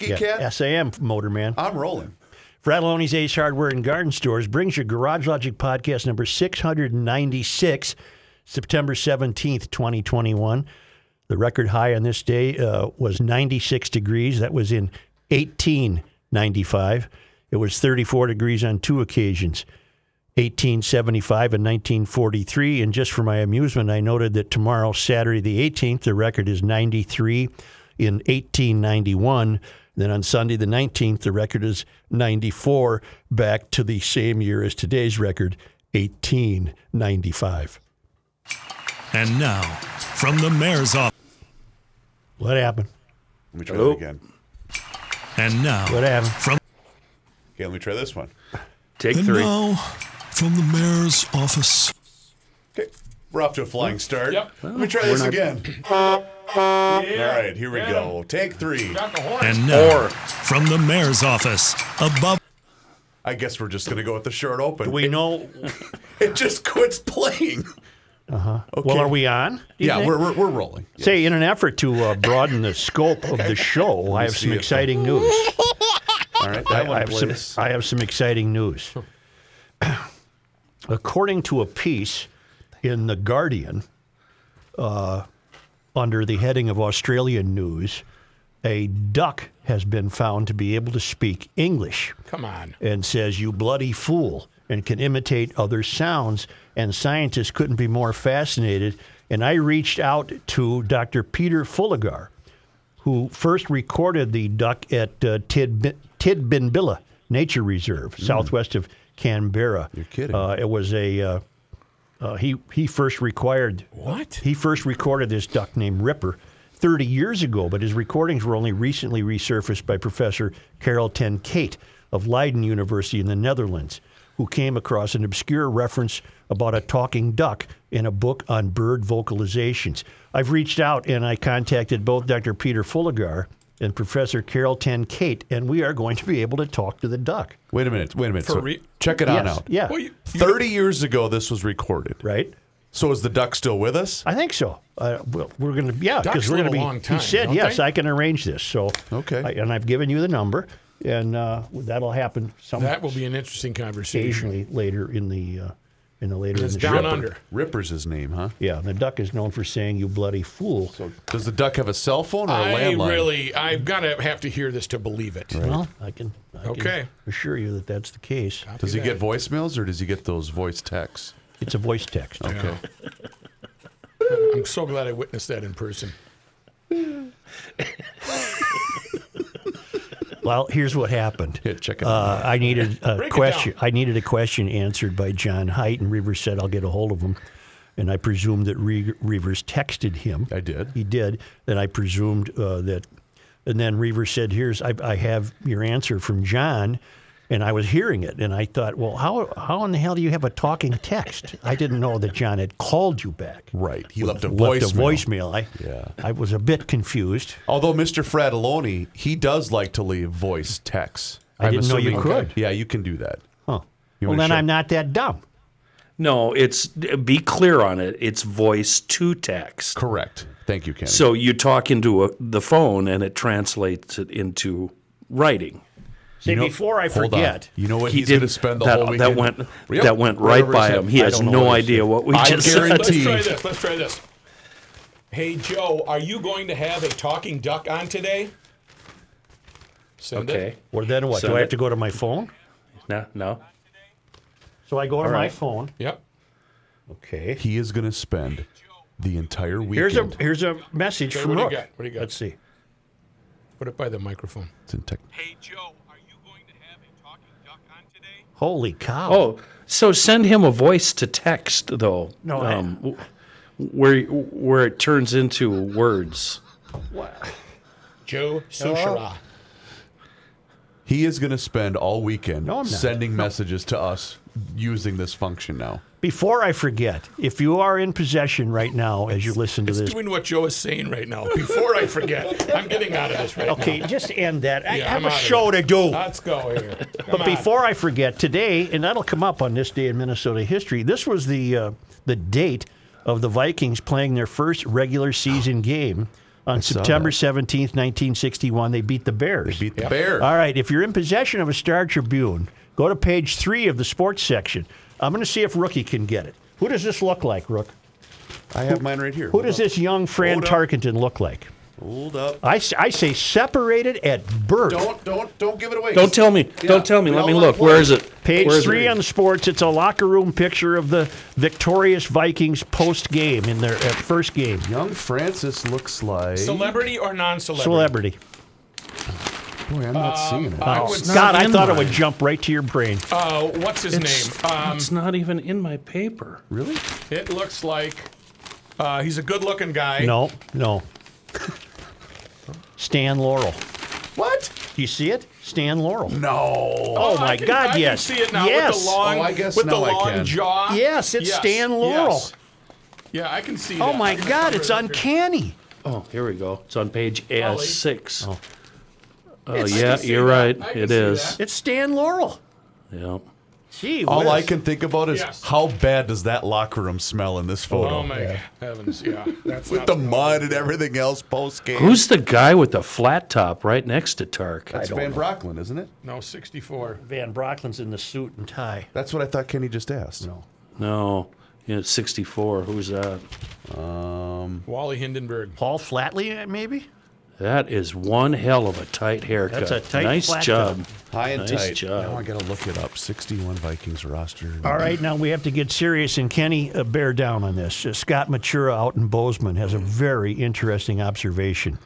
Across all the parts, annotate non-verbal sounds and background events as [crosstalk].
Ski Cat, SAM Motorman. I'm rolling. Fratelloni's Ace Hardware and Garden Stores brings your Garage Logic podcast number 696, September 17th, 2021. The record high on this day uh, was 96 degrees. That was in 1895. It was 34 degrees on two occasions. 1875 and 1943. And just for my amusement, I noted that tomorrow, Saturday the 18th, the record is 93 in 1891. Then on Sunday the 19th, the record is 94, back to the same year as today's record, 1895. And now, from the mayor's office. What happened? Let me try Oh. that again. And now, What happened? from Okay, let me try this one. Take and three. now, from the mayor's office. Okay, we're off to a flying start. Yep. Let me try this not- again. All right, here we Yeah. go. Take three. Got the horn. And now, Four. from the mayor's office. Above I guess we're just gonna go with the short open. We know. it just quits playing. Well, are we on? Yeah, we're, we're, we're rolling. Say, in an effort to uh, broaden the scope of the show, I have see some if- exciting news. All right, I, that I one have plays. some, I have some exciting news. [clears throat] According to a piece in The Guardian, uh, under the heading of Australian news, a duck has been found to be able to speak English Come on. and says, You bloody fool, and can imitate other sounds. And scientists couldn't be more fascinated. And I reached out to Dr. Peter Fuligar, who first recorded the duck at uh, Tidb- Tidbinbilla Nature Reserve, southwest of Canberra. You're kidding. Uh, it was a. Uh, uh, he he first required What? he first recorded this duck named Ripper 30 years ago, but his recordings were only recently resurfaced by Professor Carol Ten Kate of Leiden University in the Netherlands, who came across an obscure reference about a talking duck in a book on bird vocalizations. I've reached out and I contacted both Dr. Peter Fuligar and Professor Carol Ten Kate, and we are going to be able to talk to the duck. Wait a minute. Wait a minute. For So re- check it on Yes, out. Yeah. Well, you, you- Thirty years ago, this was recorded. right? So is the duck still with us? I think so. Uh, we'll- we're going to, yeah, because Ducks we're going live to a be. long time, he said, don't "Yes, they?" I can arrange this." So Okay. I, and I've given you the number, and uh, that'll happen some that will be an interesting conversation. occasionally later in the uh, in the later It's in the down show. under. Ripper's his name, huh? Yeah, the duck is known for saying "you bloody fool." So does the duck have a cell phone or a I landline? really, I've got to have to hear this to believe it. well, I can, I can Okay. assure you that that's the case. does he get voicemails or does he get those voice texts? It's a voice text. Okay. I'm so glad I witnessed that in person. Well, here's what happened. Yeah, check it out. Uh, [laughs] I needed a Break it question. down. I needed a question answered by John Height, and Reavers said, "I'll get a hold of him." And I presumed that Re- Reavers texted him. I did. He did. Then I presumed uh, that, and then Reavers said, "Here's I, I have your answer from John." And I was hearing it, and I thought, "Well, how how in the hell do you have a talking text?" I didn't know that John had called you back. Right. He left a Left voicemail. a voicemail. I, Yeah. I was a bit confused. Although Mr. Fratelloni, he does like to leave voice texts. I didn't know you could. Yeah, you can do that. Huh. You well, wanna then show- I'm not that dumb. No, it's be clear on it. It's voice to text. Correct. Thank you, Kenny. So you talk into a, the phone and it translates it into writing. See, before I Hold on. forget. You know what he's did going to spend the that, whole that weekend. went Yep. that went right Whatever by said. him. He I has don't know no what he idea said. what we I just said. guarantee- Let's try this. Let's try this. Hey, Joe, are you going to have a talking duck on today? Send Okay. it. Well, then what? Do Send I it. have to go to my phone? No, no. So I go to my right. phone. Yep. Okay. He is going to spend the entire weekend. Here's a here's a message Okay, from what do you Rook. got? What do you got? Let's see. Put it by the microphone. It's in tech- Hey Joe, are you going to have a talking duck on today? Holy cow! Oh, so send him a voice to text though. No, I- w- where where it turns into words. Oh. Joe Sushara. He is going to spend all weekend I'm not. sending messages to us using this function now. Before I forget, if you are in possession right now as you listen to this, Doing what Joe is saying right now. Before I forget, I'm getting out of this right okay, just end that. I Yeah, have I'm a outta show to do. now. Let's go here. Come But on. before I forget, today, and that'll come up on this day in Minnesota history. This [gasps] was the uh, the date of the Vikings playing their first regular season game On saw September that. 17th, 1961, they beat the Bears. Beat the Bears. All right, if you're in possession of a Star Tribune, go to page three of the sports section. I'm going to see if Rookie can get it. Who does this look like, Rook? I have mine right here. Who Hold does up. this young Fran Hold up. Tarkenton look like? Hold up. I, s- I say separated at birth. Don't don't don't give it away. Don't tell me. Yeah. Don't tell me. We Let all me want look. Where one. is it? Page Where is three it? on sports. It's a locker room picture of the victorious Vikings post game in their uh, first game. Young Francis looks like. Celebrity or non-celebrity? Celebrity. Uh, Boy, I'm not seeing it. I would It's say, not God, I in thought it mine. would jump right to your brain. uh, what's his It's- name? Um, it's not even in my paper. really? it looks like uh, he's a good-looking guy. No, no. Stan Laurel. What? Do you see it? Stan Laurel. No. Oh, I my can- God, I yes. Can see it now yes. with the long, Oh, I guess with the now I long can. jaw. Yes, it's Stan Laurel. yes. Yeah, I can see. Oh that. my I can God, remember it's that picture. uncanny. Oh, here we go. It's on page AS6. Oh, Uh, It's- yeah, see you're that. right. I can It see is. It's Stan Laurel. Yeah. Gee, All whiz. I can think about is Yes. how bad does that locker room smell in this photo? Oh my heavens! Yeah, that's [laughs] With not the mud and everything else post game. Who's the guy with the flat top right next to Tark? That's Van Brocklin, isn't it? No, sixty-four. Van Brocklin's in the suit and tie. That's what I thought Kenny just asked. No. No. Yeah, it's 64. Who's that? Wally Hindenburg. Paul Flatley, maybe? That is one hell of a tight haircut. That's a tight nice flat job. High and Nice tight. job. Now I gotta look it up. 61 Vikings roster. All right, now we have to get serious, and Kenny, uh, bear down on this. Uh, Scott Matura out in Bozeman has a very interesting observation.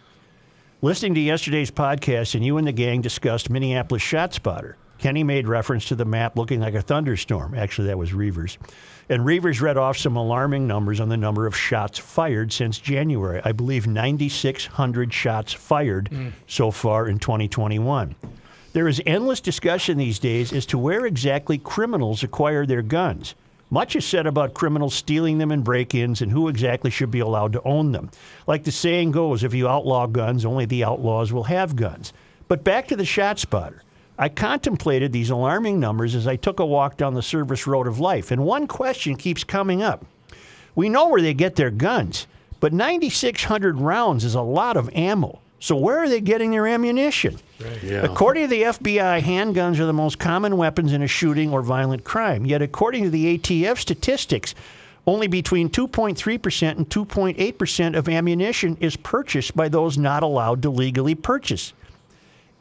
Listening to yesterday's podcast, and you and the gang discussed Minneapolis Shot Spotter. Kenny made reference to the map looking like a thunderstorm. Actually, that was Reavers. And Reavers read off some alarming numbers on the number of shots fired since January. I believe 9,600 shots fired so far in 2021. There is endless discussion these days as to where exactly criminals acquire their guns. Much is said about criminals stealing them in break ins and who exactly should be allowed to own them. Like the saying goes, if you outlaw guns, only the outlaws will have guns. But back to the shot spotter. I contemplated these alarming numbers as I took a walk down the service road of life, and one question keeps coming up. We know where they get their guns, but 9,600 rounds is a lot of ammo. So where are they getting their ammunition? Yeah. According to the FBI, handguns are the most common weapons in a shooting or violent crime. Yet, according to the ATF statistics, only between 2.3% and 2.8% of ammunition is purchased by those not allowed to legally purchase.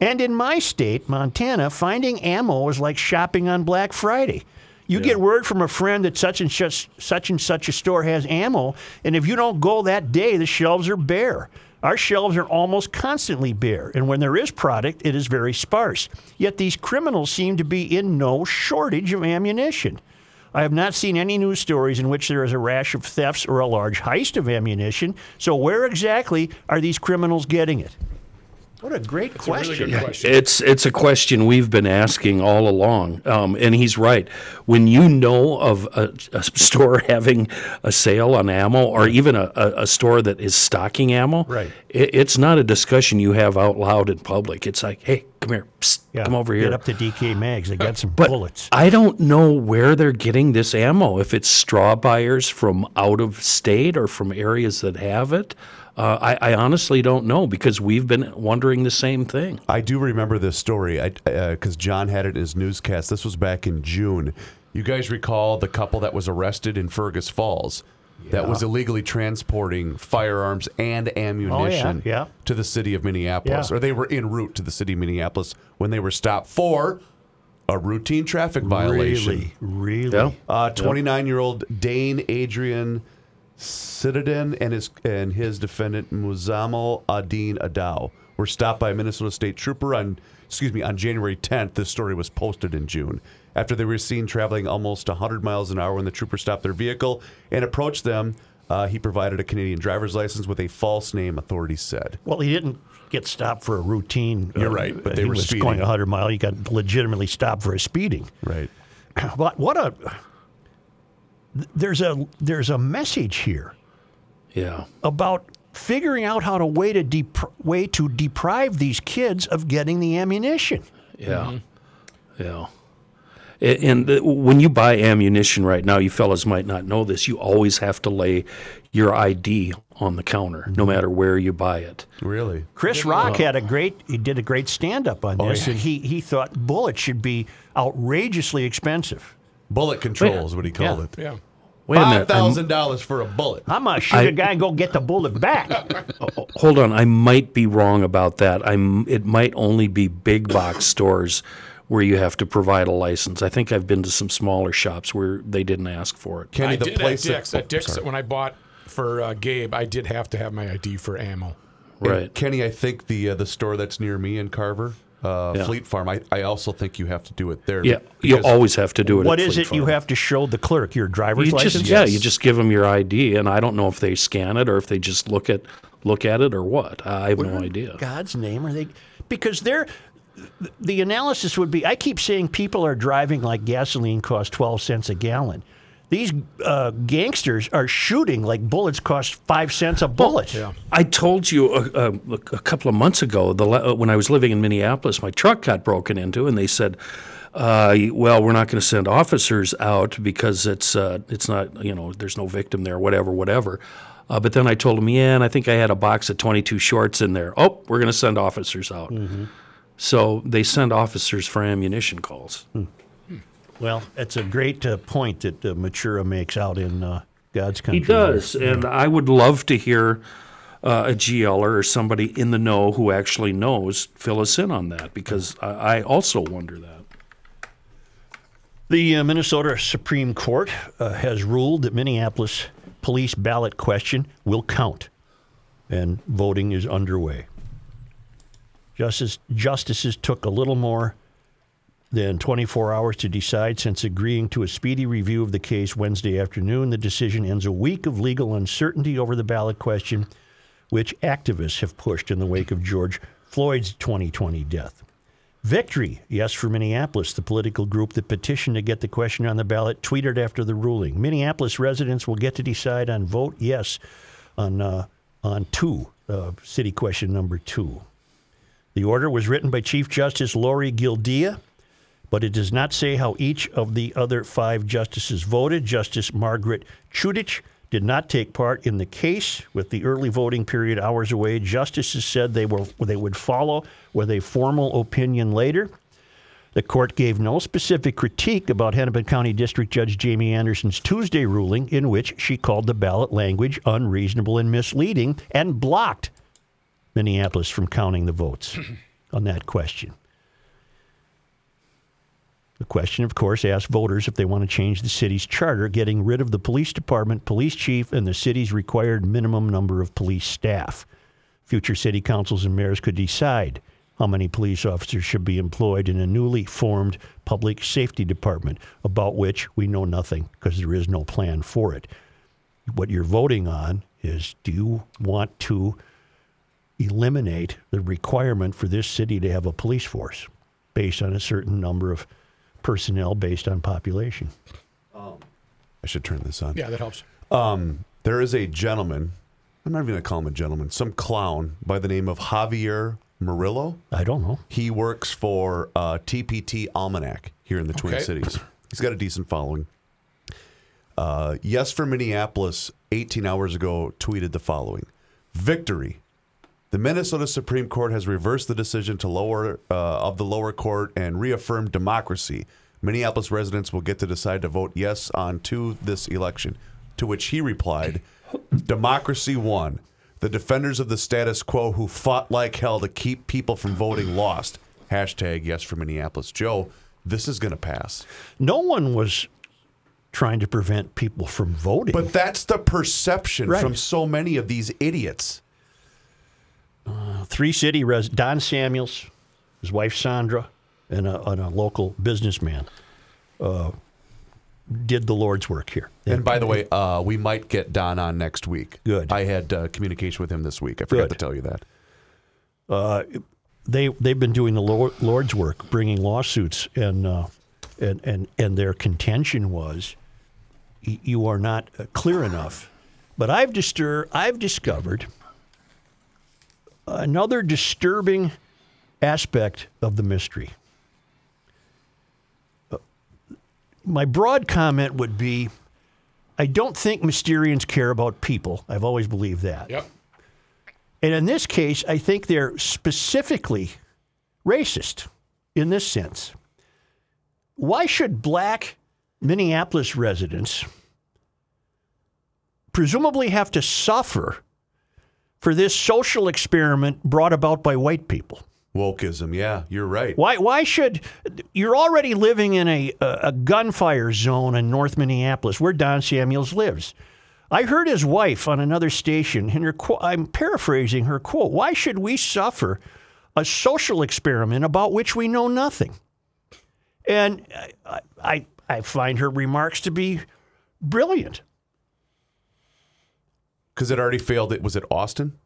And in my state, Montana, finding ammo is like shopping on Black Friday. You get word from a friend that such and such, such and such a store has ammo, and if you don't go that day, the shelves are bare. Our shelves are almost constantly bare, and when there is product, it is very sparse. Yet these criminals seem to be in no shortage of ammunition. I have not seen any news stories in which there is a rash of thefts or a large heist of ammunition, so where exactly are these criminals getting it? What a great It's question. a really good question. It's it's a question we've been asking all along, um, and he's right. When you know of a, a store [laughs] having a sale on ammo, or even a, a, a store that is stocking ammo, Right. It, it's not a discussion you have out loud in public. It's like, hey, come here, psst, Yeah, come over here. Get up to DK Mags. They Uh, got some but bullets. I don't know where they're getting this ammo. If it's straw buyers from out of state or from areas that have it, uh, I, I honestly don't know because we've been wondering the same thing. I do remember this story because uh 'cause John had it in his newscast. This was back in June. You guys recall the couple that was arrested in Fergus Falls that was illegally transporting firearms and ammunition Oh, yeah. to the city of Minneapolis, Yeah. or they were en route to the city of Minneapolis when they were stopped for a routine traffic violation. Really, really. Yeah. Uh, 29-year-old Dane Adrian Citadin and his and his defendant Muzamil Adin Adao were stopped by a Minnesota State Trooper on excuse me on January 10th. This story was posted in June after they were seen traveling almost 100 miles an hour when the trooper stopped their vehicle and approached them. Uh, he provided a Canadian driver's license with a false name. Authorities said. Well, he didn't get stopped for a routine. uh, You're right, but they he were was speeding. going 100 mile. He got legitimately stopped for a speeding. [clears throat] Right. But what a there's a there's a message here Yeah. about figuring out how to way to depr- way to deprive these kids of getting the ammunition. Yeah. Yeah. A- And the- when you buy ammunition right now, you fellas might not know this. You always have to lay your ID on the counter, no matter where you buy it. Really? Chris Rock had a great he did a great stand up Oh, on this. and He he thought bullets should be outrageously expensive. Bullet control is what he called Yeah. it. Yeah. Wait a Five minute. I'm- thousand dollars for a bullet. I'm gonna shoot a guy and go get the bullet [laughs] back. hold on. I might be wrong about that. I'm. It might only be big box stores where you have to provide a license. I think I've been to some smaller shops where they didn't ask for it. Kenny, I the did place at Dick's. that, Oh, at Dick's, when I bought for uh, Gabe, I did have to have my ID for ammo. Right. Kenny, I think the uh, the store that's near me in Carver, uh, Yeah. Fleet Farm. I, I also think you have to do it there. Yeah. You because- always have to do it. what at is Fleet it you Farm. have to show the clerk? Your driver's You license? just yeah. You just give them your ID, and I don't know if they scan it or if they just look at look at it or what. I have no idea. God's name are they? Because they're the analysis would be. I keep saying people are driving like gasoline costs twelve cents a gallon. These uh, gangsters are shooting like bullets cost five cents a bullet. I told you a, a, a couple of months ago, the, la- when I was living in Minneapolis, my truck got broken into, and they said, uh, "Well, we're not going to send officers out because it's uh, it's not you know there's no victim there, whatever, whatever." Uh, but then I told them, "Yeah, and I think I had a box of 22 shorts in there. Oh, we're going to send officers out." So they send officers for ammunition calls. Well, it's a great uh, point that uh, Matura makes out in uh, God's country. He does, and I would love to hear uh, a GLer or somebody in the know who actually knows fill us in on that because I, I also wonder that. The uh, Minnesota Supreme Court uh, has ruled that Minneapolis police ballot question will count, and voting is underway. Justice, justices took a little more than 24 hours to decide since agreeing to a speedy review of the case Wednesday afternoon. The decision ends a week of legal uncertainty over the ballot question, which activists have pushed in the wake of George Floyd's 2020 death. Victory, yes, for Minneapolis. The political group that petitioned to get the question on the ballot tweeted after the ruling. Minneapolis residents will get to decide on vote yes on, uh, on two, uh, city question number two. The order was written by Chief Justice Lori Gildea, but it does not say how each of the other five justices voted. Justice Margaret Chudich did not take part in the case. With the early voting period hours away, justices said they, were, they would follow with a formal opinion later. The court gave no specific critique about Hennepin County District Judge Jamie Anderson's Tuesday ruling, in which she called the ballot language unreasonable and misleading and blocked Minneapolis from counting the votes [clears throat] on that question. The question, of course, asks voters if they want to change the city's charter, getting rid of the police department, police chief, and the city's required minimum number of police staff. Future city councils and mayors could decide how many police officers should be employed in a newly formed public safety department, about which we know nothing because there is no plan for it. What you're voting on is do you want to eliminate the requirement for this city to have a police force based on a certain number of personnel based on population. I should turn this on. Yeah, that helps. There is a gentleman. I'm not even gonna call him a gentleman. Some clown by the name of Javier Murillo. I don't know. He works for uh, TPT Almanac here in the Twin Okay. Cities. He's got a decent following. Uh, yes for Minneapolis, 18 hours ago, tweeted the following Victory. The Minnesota Supreme Court has reversed the decision to lower uh, of the lower court and reaffirmed democracy. Minneapolis residents will get to decide to vote yes on to this election. To which he replied, "Democracy won. The defenders of the status quo who fought like hell to keep people from voting lost." Hashtag yes for Minneapolis. Joe, this is going to pass. No one was trying to prevent people from voting. But that's the perception Right. from so many of these idiots. three city res Don Samuels, his wife Sandra, and a, and a local businessman uh, did the Lord's work here. They- And by the way, uh, we might get Don on next week. Good. I had uh, communication with him this week. I forgot Good. to tell you that. they they've been doing the Lor- Lord's work, bringing lawsuits, and uh, and and and their contention was, y- you are not uh, clear enough. But I've distur- I've discovered another disturbing aspect of the mystery. Uh, my broad comment would be I don't think Mysterians care about people. I've always believed that. Yep. And in this case, I think they're specifically racist in this sense. Why should black Minneapolis residents presumably have to suffer for this social experiment brought about by white people? Wokeism. Yeah, you're right. Why? Why should you're already living in a a, a gunfire zone in North Minneapolis, where Don Samuels lives? I heard his wife on another station, and her qu- I'm paraphrasing her quote: "Why should we suffer a social experiment about which we know nothing?" And I I, I find her remarks to be brilliant. Because it already failed. It was it Austin.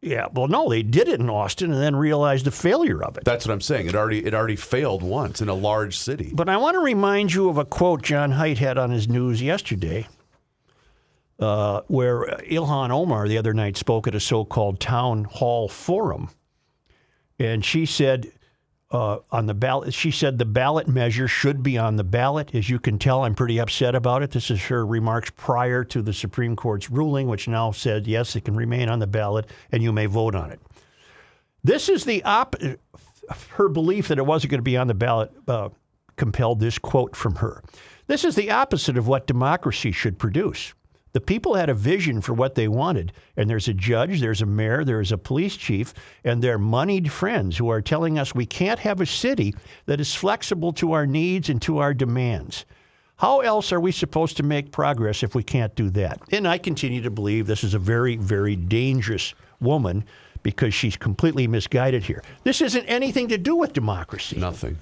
Yeah, well, no, they did it in Austin, and then realized the failure of it. That's what I'm saying. It already it already failed once in a large city. But I want to remind you of a quote John Haidt had on his news yesterday, uh, where Ilhan Omar the other night spoke at a so called town hall forum. And she said, uh, on the ballot, she said the ballot measure should be on the ballot. As you can tell, I'm pretty upset about it. This is her remarks prior to the Supreme Court's ruling, which now said, yes, it can remain on the ballot and you may vote on it. This is the op. Her belief that it wasn't going to be on the ballot uh, compelled this quote from her. This is the opposite of what democracy should produce. The people had a vision for what they wanted, and there's a judge, there's a mayor, there's a police chief, and their moneyed friends who are telling us we can't have a city that is flexible to our needs and to our demands. How else are we supposed to make progress if we can't do that? And I continue to believe this is a very, very dangerous woman because she's completely misguided here. This isn't anything to do with democracy. Nothing.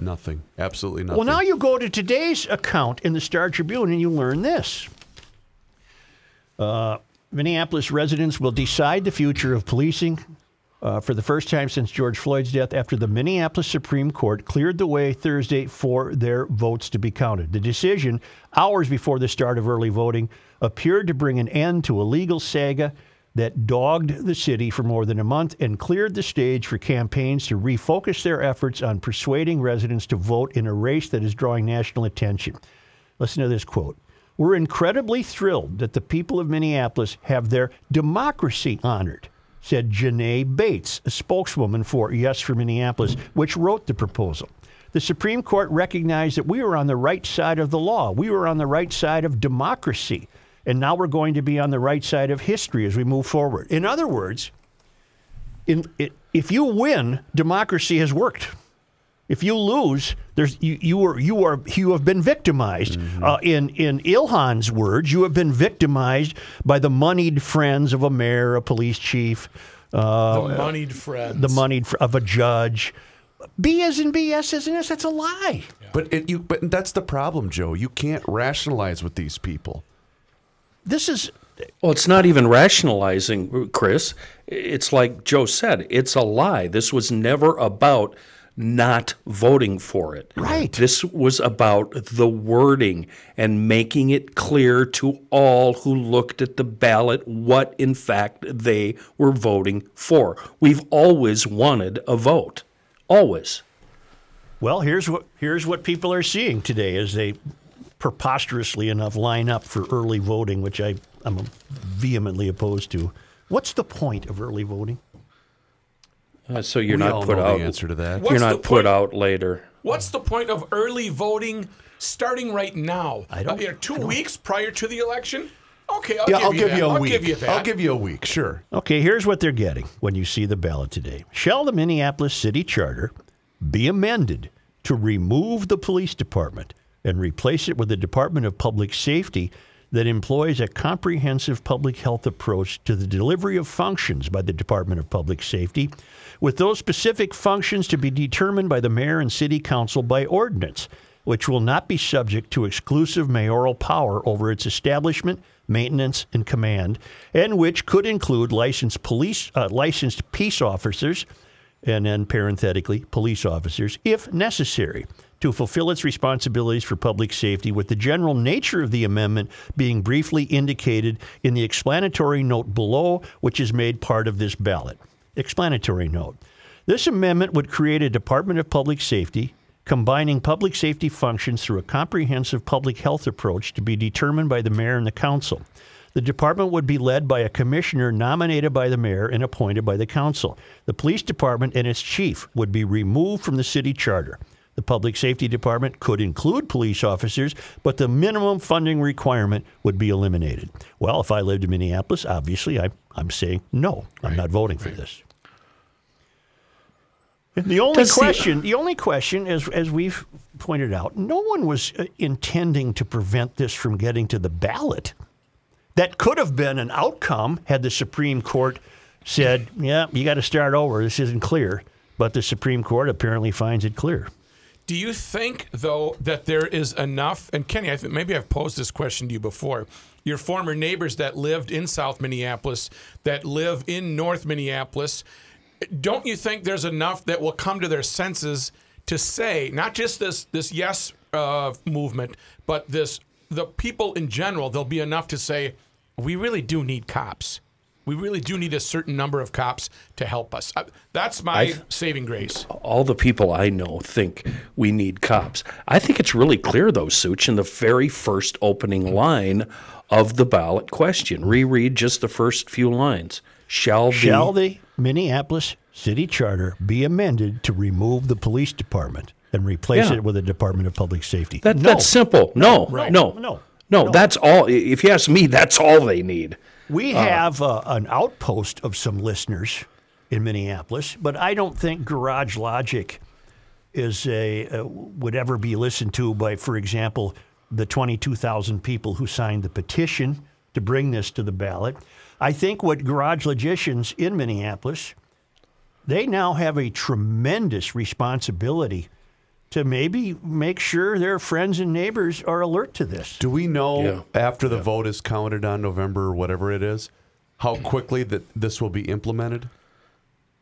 Nothing. Absolutely nothing. Well, now you go to today's account in the Star Tribune and you learn this. Uh, Minneapolis residents will decide the future of policing uh, for the first time since George Floyd's death after the Minneapolis Supreme Court cleared the way Thursday for their votes to be counted. The decision, hours before the start of early voting, appeared to bring an end to a legal saga that dogged the city for more than a month and cleared the stage for campaigns to refocus their efforts on persuading residents to vote in a race that is drawing national attention. Listen to this quote. We're incredibly thrilled that the people of Minneapolis have their democracy honored, said Janae Bates, a spokeswoman for Yes for Minneapolis, which wrote the proposal. The Supreme Court recognized that we were on the right side of the law, we were on the right side of democracy, and now we're going to be on the right side of history as we move forward. In other words, in, i if you win, democracy has worked. If you lose, there's you you are you are you have been victimized. Uh, in in Ilhan's words, you have been victimized by the moneyed friends of a mayor, a police chief, uh, Oh, the moneyed friends. the moneyed fr- of a judge. B as in BS as in S. That's a lie. But it, you but that's the problem, Joe. You can't rationalize with these people. This is Well, it's not even rationalizing, Chris. It's like Joe said, it's a lie. This was never about not voting for it. Right. This was about the wording and making it clear to all who looked at the ballot what, in fact, they were voting for. We've always wanted a vote. Always. Well, here's what here's what people are seeing today as they preposterously enough line up for early voting, which I, I'm vehemently opposed to. What's the point of early voting? Uh, so you're we not all put know out. the answer to that. What's You're the not point- put out later. What's the point of early voting starting right now? I don't- two weeks prior to the election. Okay, I'll yeah, give I'll you give that. you a I'll week. give you that. I'll give you a week. Sure. Okay, here's what they're getting when you see the ballot today. Shall the Minneapolis City Charter be amended to remove the police department and replace it with a Department of Public Safety that employs a comprehensive public health approach to the delivery of functions by the Department of Public Safety, with those specific functions to be determined by the mayor and city council by ordinance, which will not be subject to exclusive mayoral power over its establishment, maintenance, and command, and which could include licensed police, uh, licensed peace officers, and then parenthetically, police officers, if necessary, to fulfill its responsibilities for public safety, with the general nature of the amendment being briefly indicated in the explanatory note below, which is made part of this ballot. Explanatory note. This amendment would create a Department of Public Safety combining public safety functions through a comprehensive public health approach to be determined by the mayor and the council. The department would be led by a commissioner nominated by the mayor and appointed by the council. The police department and its chief would be removed from the city charter. The public safety department could include police officers, but the minimum funding requirement would be eliminated. Well, if I lived in Minneapolis, obviously I, I'm saying no, I'm not voting for this. The only Does the- question, the, only question, as as we've pointed out, no one was uh, intending to prevent this from getting to the ballot. That could have been an outcome had the Supreme Court said, "Yeah, you got to start over. This isn't clear." But the Supreme Court apparently finds it clear. Do you think, though, that there is enough? And Kenny, I think maybe I've posed this question to you before. Your former neighbors that lived in South Minneapolis, that live in North Minneapolis, don't you think there's enough that will come to their senses to say not just this this yes uh, movement, but this the people in general? There'll be enough to say we really do need cops. We really do need a certain number of cops to help us. Uh, That's my I've- saving grace. all the people I know think we need cops. I think it's really clear, though, Such, in the very first opening line of the ballot question. Reread just the first few lines. Shall, Shall the, the Minneapolis City Charter be amended to remove the police department and replace Yeah. it with a Department of Public Safety? that, no, that's simple. No, no, no, no, no. That's all. i- If you ask me, that's all they need. We have uh, an outpost of some listeners in Minneapolis, but I don't think Garage Logic is a uh, would ever be listened to by, for example, the 22,000 people who signed the petition to bring this to the ballot. I think what garage logicians in Minneapolis, they now have a tremendous responsibility to maybe make sure their friends and neighbors are alert to this. Do we know after the vote is counted on November or whatever it is, [clears throat] how quickly that this will be implemented?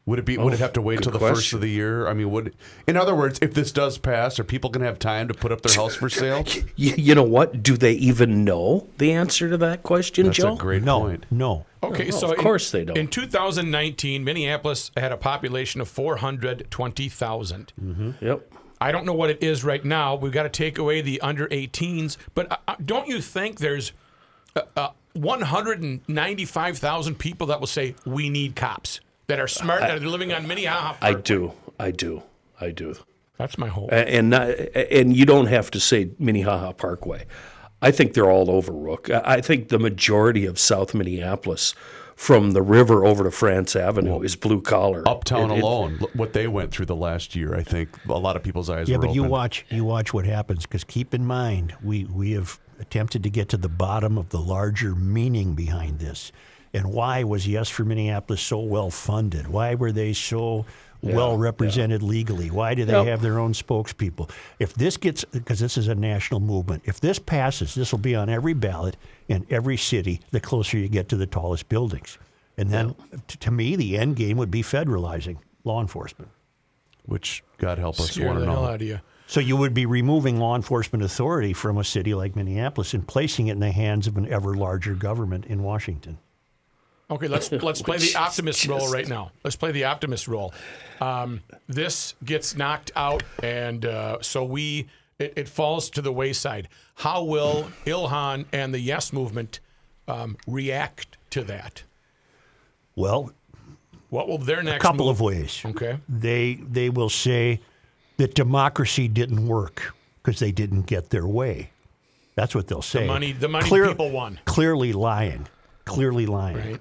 Would it be? would it have to wait Oh, good till the first question. of the year? I mean, would in other words, if this does pass, are people going to have time to put up their house for sale? You, you know what? Do they even know the answer to that question, That's Joe? a great No, point. no. Okay, No, no, so of in- course they don't. In 2019, Minneapolis had a population of 420,000. Hmm. Yep. I don't know what it is right now. We've got to take away the under 18s, but uh, uh, don't you think there's uh, uh, 195,000 people that will say we need cops that are smart that are living on Minneapolis? I do. I do. I do. That's my hope. A- and not, and you don't have to say Minnehaha Parkway. I think they're all over Rook. I I think the majority of South Minneapolis, from the river over to France Avenue, is blue collar. Uptown It- it- alone, look what they went through the last year, I think a lot of people's eyes. Yeah, were but you open. watch you watch what happens because keep in mind we we have attempted to get to the bottom of the larger meaning behind this, and why was Yes for Minneapolis so well funded? Why were they so well represented legally? Why do they Yep. have their own spokespeople? If this gets because this is a national movement, if this passes, this will be on every ballot in every city. The closer you get to the tallest buildings, and then t- to me, the end game would be federalizing law enforcement. which God help us, Scare one the and hell all. out of you. So you would be removing law enforcement authority from a city like Minneapolis and placing it in the hands of an ever larger government in Washington. Okay, [laughs] let's let's play Which the optimist is role just- right now. Let's play the optimist role. Um, this gets knocked out, and uh, so we it, it falls to the wayside. How will Ilhan and the Yes movement um, react to that? Well, What will their next a couple move- of ways. Okay. They they will say that democracy didn't work because they didn't get their way. That's what they'll say. money- the money people won. Clearly lying. Clearly lying.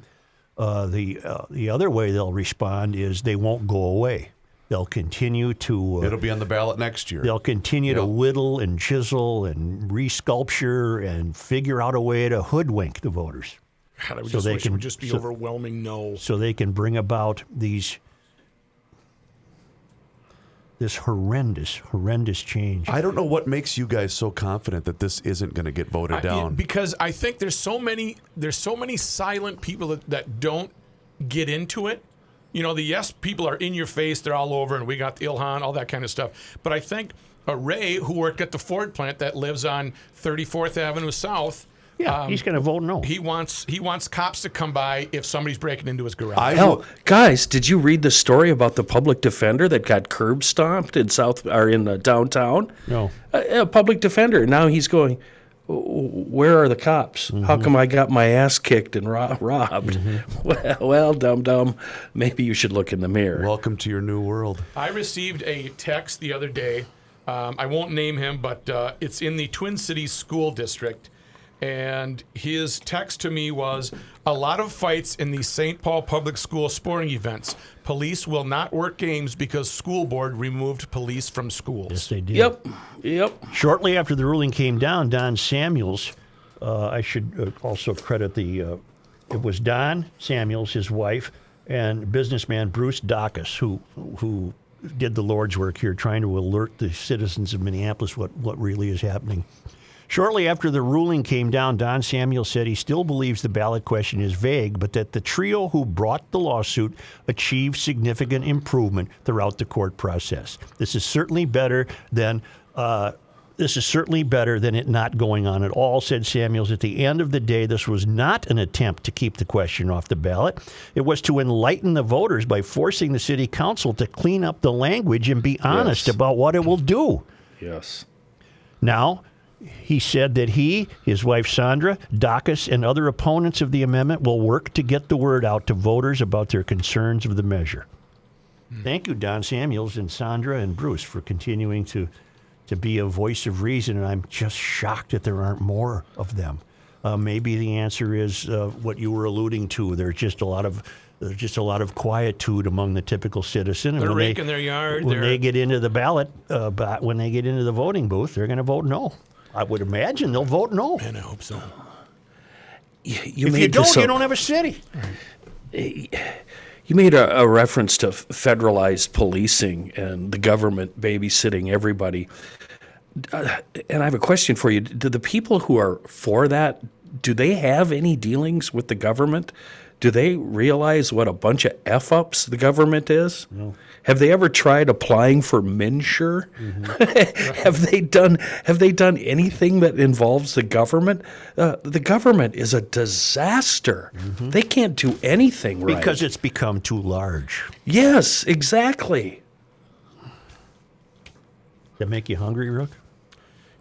Uh, the uh, the other way they'll respond is they won't go away. They'll continue to uh, It'll be on the ballot next year. They'll continue to Yep. whittle and chisel and re-sculpture and figure out a way to hoodwink the voters God, I would So just they wish it would can- just be so- overwhelming no. so they can bring about these this horrendous, horrendous change. I don't know what makes you guys so confident that this isn't going to get voted I- down. because I think there's so many there's so many silent people that, that don't get into it. You know, the yes people are in your face, they're all over, and we got the Ilhan, all that kind of stuff. But I think uh, Ray, who worked at the Ford plant that lives on 34th Avenue South, Yeah, he's going to vote no. He wants he wants cops to come by if somebody's breaking into his garage. I Hell, guys, did you read the story about the public defender that got curb stomped in South or in uh, downtown? No. A, a public defender. Now he's going. Where are the cops? Mm-hmm. How come I got my ass kicked and ro- robbed? [laughs] Well, well, dum dum. Maybe you should look in the mirror. Welcome to your new world. I received a text the other day. Um, I won't name him, but uh, it's in the Twin Cities School District. And his text to me was a lot of fights in the St. Paul Public School sporting events. Police will not work games because school board removed police from schools. Yes, they did. yep, yep. Shortly after the ruling came down, Don Samuels, uh, I should uh, also credit the, uh, it was Don Samuels, his wife, and businessman Bruce Dacus, who, who did the Lord's work here, trying to alert the citizens of Minneapolis what, what really is happening. Shortly after the ruling came down, Don Samuel said he still believes the ballot question is vague, but that the trio who brought the lawsuit achieved significant improvement throughout the court process. This is certainly better than. Uh, this is certainly better than it not going on at all, said Samuels. At the end of the day, this was not an attempt to keep the question off the ballot. It was to enlighten the voters by forcing the city council to clean up the language and be honest about what it will do. Yes. Now, he said that he, his wife Sandra, Dacus, and other opponents of the amendment will work to get the word out to voters about their concerns of the measure. Thank you, Don Samuels and Sandra and Bruce, for continuing to, to be a voice of reason. And I'm just shocked that there aren't more of them. Uh, maybe the answer is uh, what you were alluding to. There's just a lot of there's just a lot of quietude among the typical citizen. And They're when they- raking their yard, When they're- they get into the ballot, uh, but when they get into the voting booth, they're going to vote no. I would imagine they'll vote no. And I hope so. You, if made you don't, this you up. don't have a city. You made a, a reference to f- federalized policing and the government babysitting everybody. Uh, and I have a question for you. Do the people who are for that, do they have any dealings with the government? Do they realize what a bunch of F ups the government is? Have they ever tried applying for mensure? [laughs] have they done have they done anything that involves the government? Uh, the government is a disaster. They can't do anything right. Because it's become too large. Yes, exactly. That make you hungry, Rook?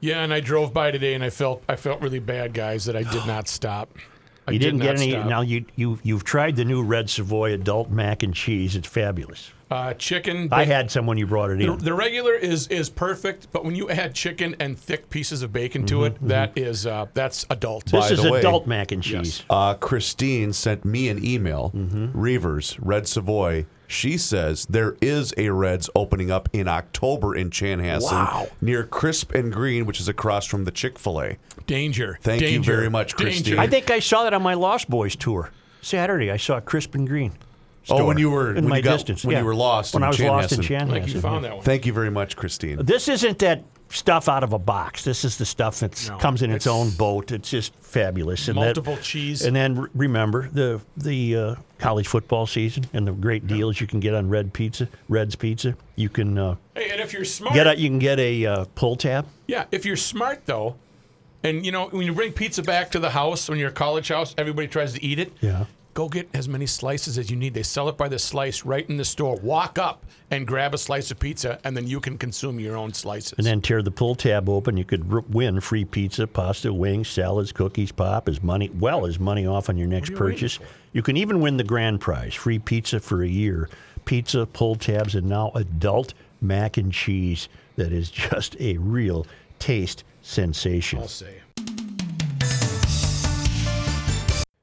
Yeah, and I drove by today and I felt I felt really bad, guys, that I did not stop. I You did didn't not get any. stop. Now you you you've tried the new Red Savoy adult mac and cheese. It's fabulous. uh, chicken. I had someone you brought it The, in. the regular is is perfect, but when you add chicken and thick pieces of bacon to it, that is uh, that's adult. But- this by is the way- adult mac and cheese. Uh, Christine sent me an email. Reavers, Red Savoy. She says there is a Reds opening up in October in Chanhassen Wow. near Crisp and Green, which is across from the Chick fil A. Danger. Thank you Danger. very much, Danger. Christine. I think I saw that on my Lost Boys tour Saturday. I saw Crispin Green. Oh, when store you were- in when my you got- distance, when you yeah. were lost When in I was lost in Chanhassen. Chanhassen. Like you found yeah. that one. Thank you very much, Christine. This isn't that stuff out of a box. This is the stuff that No, comes in its, it's- own boat. It's just fabulous. And Multiple that, cheese. And then re- remember the the uh, college football season and the great deals you can get on Red Pizza, Red's Pizza. You can uh, Hey, and if you're smart, get a you can get a uh, pull tab. yeah, if you're smart though, and you know when you bring pizza back to the house when you're a college house, everybody tries to eat it. Yeah. Go get as many slices as you need. They sell it by the slice right in the store. Walk up and grab a slice of pizza, and then you can consume your own slices. And then tear the pull tab open. You could r- win free pizza, pasta, wings, salads, cookies, pop, as money well as money off on your next purchase. You can even win the grand prize: free pizza for a year, pizza, pull tabs, and now adult mac and cheese. That is just a real taste sensation. I'll say.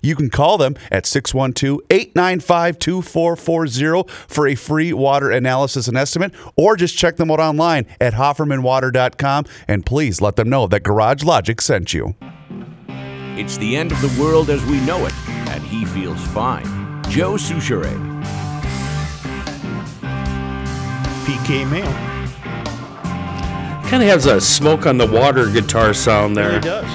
You can call them at 612-895-2440 for a free water analysis and estimate or just check them out online at hoffermanwater.com and please let them know that Garage Logic sent you. It's the end of the world as we know it, and he feels fine. Joe Souchere. PK Mail. Kind of has a smoke on the water guitar sound Really there. does.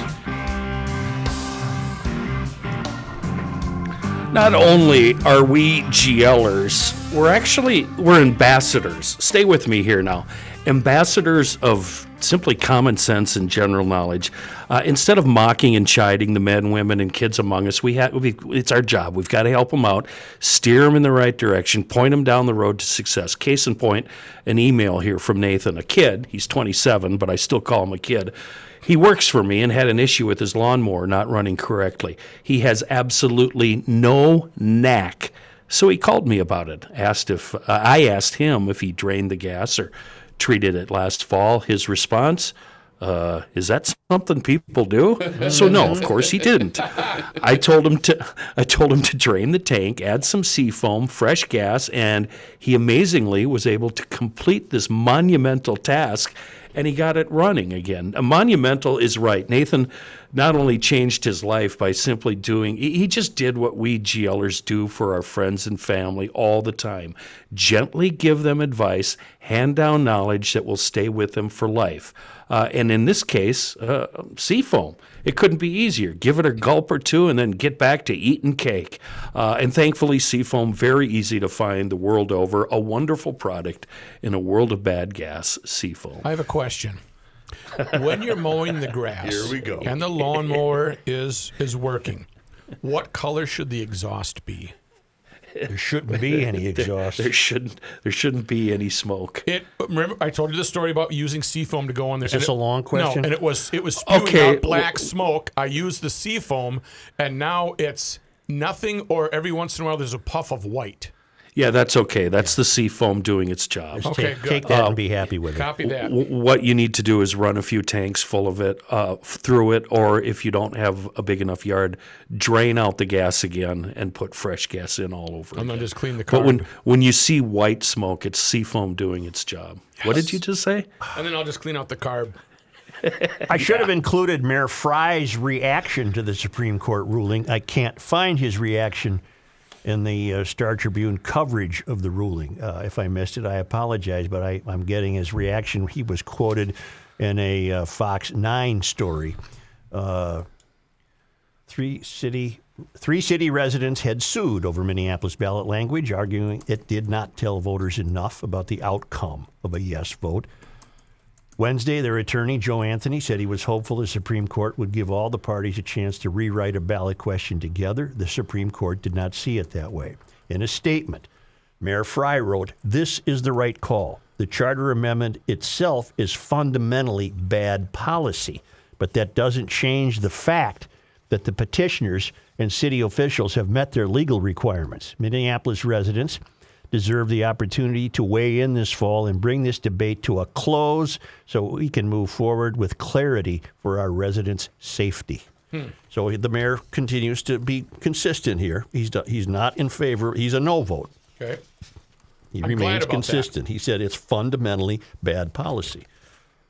Not only are we GLers, we're actually we're ambassadors. Stay with me here now. Ambassadors of simply common sense and general knowledge. Uh, instead of mocking and chiding the men, women, and kids among us, we have we, it's our job. We've got to help them out, steer them in the right direction, point them down the road to success. Case in point, an email here from Nathan, a kid. He's 27, but I still call him a kid. He works for me and had an issue with his lawnmower not running correctly. He has absolutely no knack. So he called me about it. Asked if uh, I asked him if he drained the gas or treated it last fall. His response, uh, is that something people do? so no, of course he didn't. I told him to I told him to drain the tank, add some seafoam, fresh gas, and he amazingly was able to complete this monumental task and he got it running again. A monumental is right. Nathan not only changed his life by simply doing, he he just did what we GLers do for our friends and family all the time gently give them advice, hand down knowledge that will stay with them for life. Uh, and in this case, uh, seafoam. It couldn't be easier. Give it a gulp or two and then get back to eating cake. Uh, and thankfully, Seafoam, very easy to find the world over. A wonderful product in a world of bad gas, Seafoam. I have a question. When you're mowing the grass, here we go, and the lawnmower is is working, what color should the exhaust be? There shouldn't be any exhaust. There shouldn't there shouldn't be any smoke. It remember I told you the story about using seafoam to go on there. Is this a long question? No, and it was it was spewing Okay, out black w- smoke. I used the seafoam, and now it's nothing. Or every once in a while, there's a puff of white. Yeah, that's okay. That's the seafoam doing its job. Okay, take, good. Oh. take that and be happy with it. Copy that. W- what you need to do is run a few tanks full of it uh, f- through it, or if you don't have a big enough yard, drain out the gas again and put fresh gas in all over. And then again. just clean the But when carb. when you see white smoke, it's seafoam doing its job. What did you just say? And then I'll just clean out the carb. I should have included Mayor Fry's reaction to the Supreme Court ruling. I can't find his reaction in the uh, Star Tribune coverage of the ruling. Uh, if I missed it, I apologize, but I, I'm getting his reaction. He was quoted in a uh, Fox 9 story. Uh, three city three city residents had sued over Minneapolis ballot language, arguing it did not tell voters enough about the outcome of a yes vote. Wednesday, their attorney, Joe Anthony, said he was hopeful the Supreme Court would give all the parties a chance to rewrite a ballot question together. The Supreme Court did not see it that way. In a statement, Mayor Fry wrote, This is the right call. The Charter Amendment itself is fundamentally bad policy, but that doesn't change the fact that the petitioners and city officials have met their legal requirements. Minneapolis residents deserve the opportunity to weigh in this fall and bring this debate to a close so we can move forward with clarity for our residents' safety. So the mayor continues to be consistent here. He's, do- he's not in favor, he's a no vote. Okay. He I'm glad remains about that. consistent. He said it's fundamentally bad policy.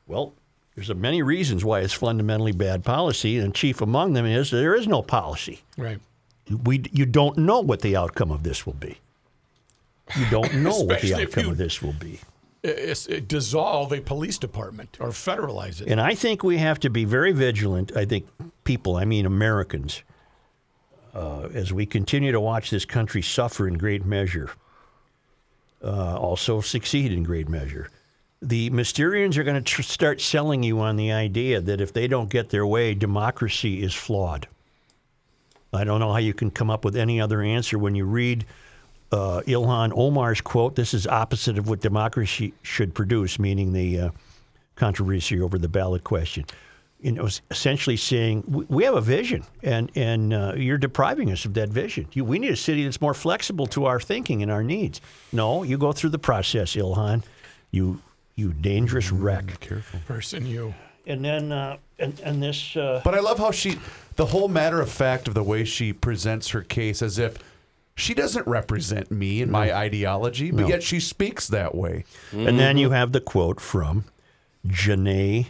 Well, there's a many reasons why it's fundamentally bad policy, and chief among them is there is no policy. Right. We, you don't know what the outcome of this will be. You don't [laughs] know what the Especially if outcome you- of this will be. It's- it dissolve a police department or federalize it. And I think we have to be very vigilant. I think people, I mean Americans, uh, as we continue to watch this country suffer in great measure, uh, also succeed in great measure. The Mysterians are going to tr- start selling you on the idea that if they don't get their way, democracy is flawed. I don't know how you can come up with any other answer when you read uh, Ilhan Omar's quote. This is opposite of what democracy should produce, meaning the uh, controversy over the ballot question. You know, es- essentially saying "We- we have a vision, and and uh, you're depriving us of that vision. You, we need a city that's more flexible to our thinking and our needs. No, you go through the process, Ilhan. You you dangerous wreck. person you. And then uh, and and this. Uh, But I love how she, the whole matter of fact of the way she presents her case as if she doesn't represent me and my ideology, but yet she speaks that way. And then Mm-hmm. you have the quote from Janae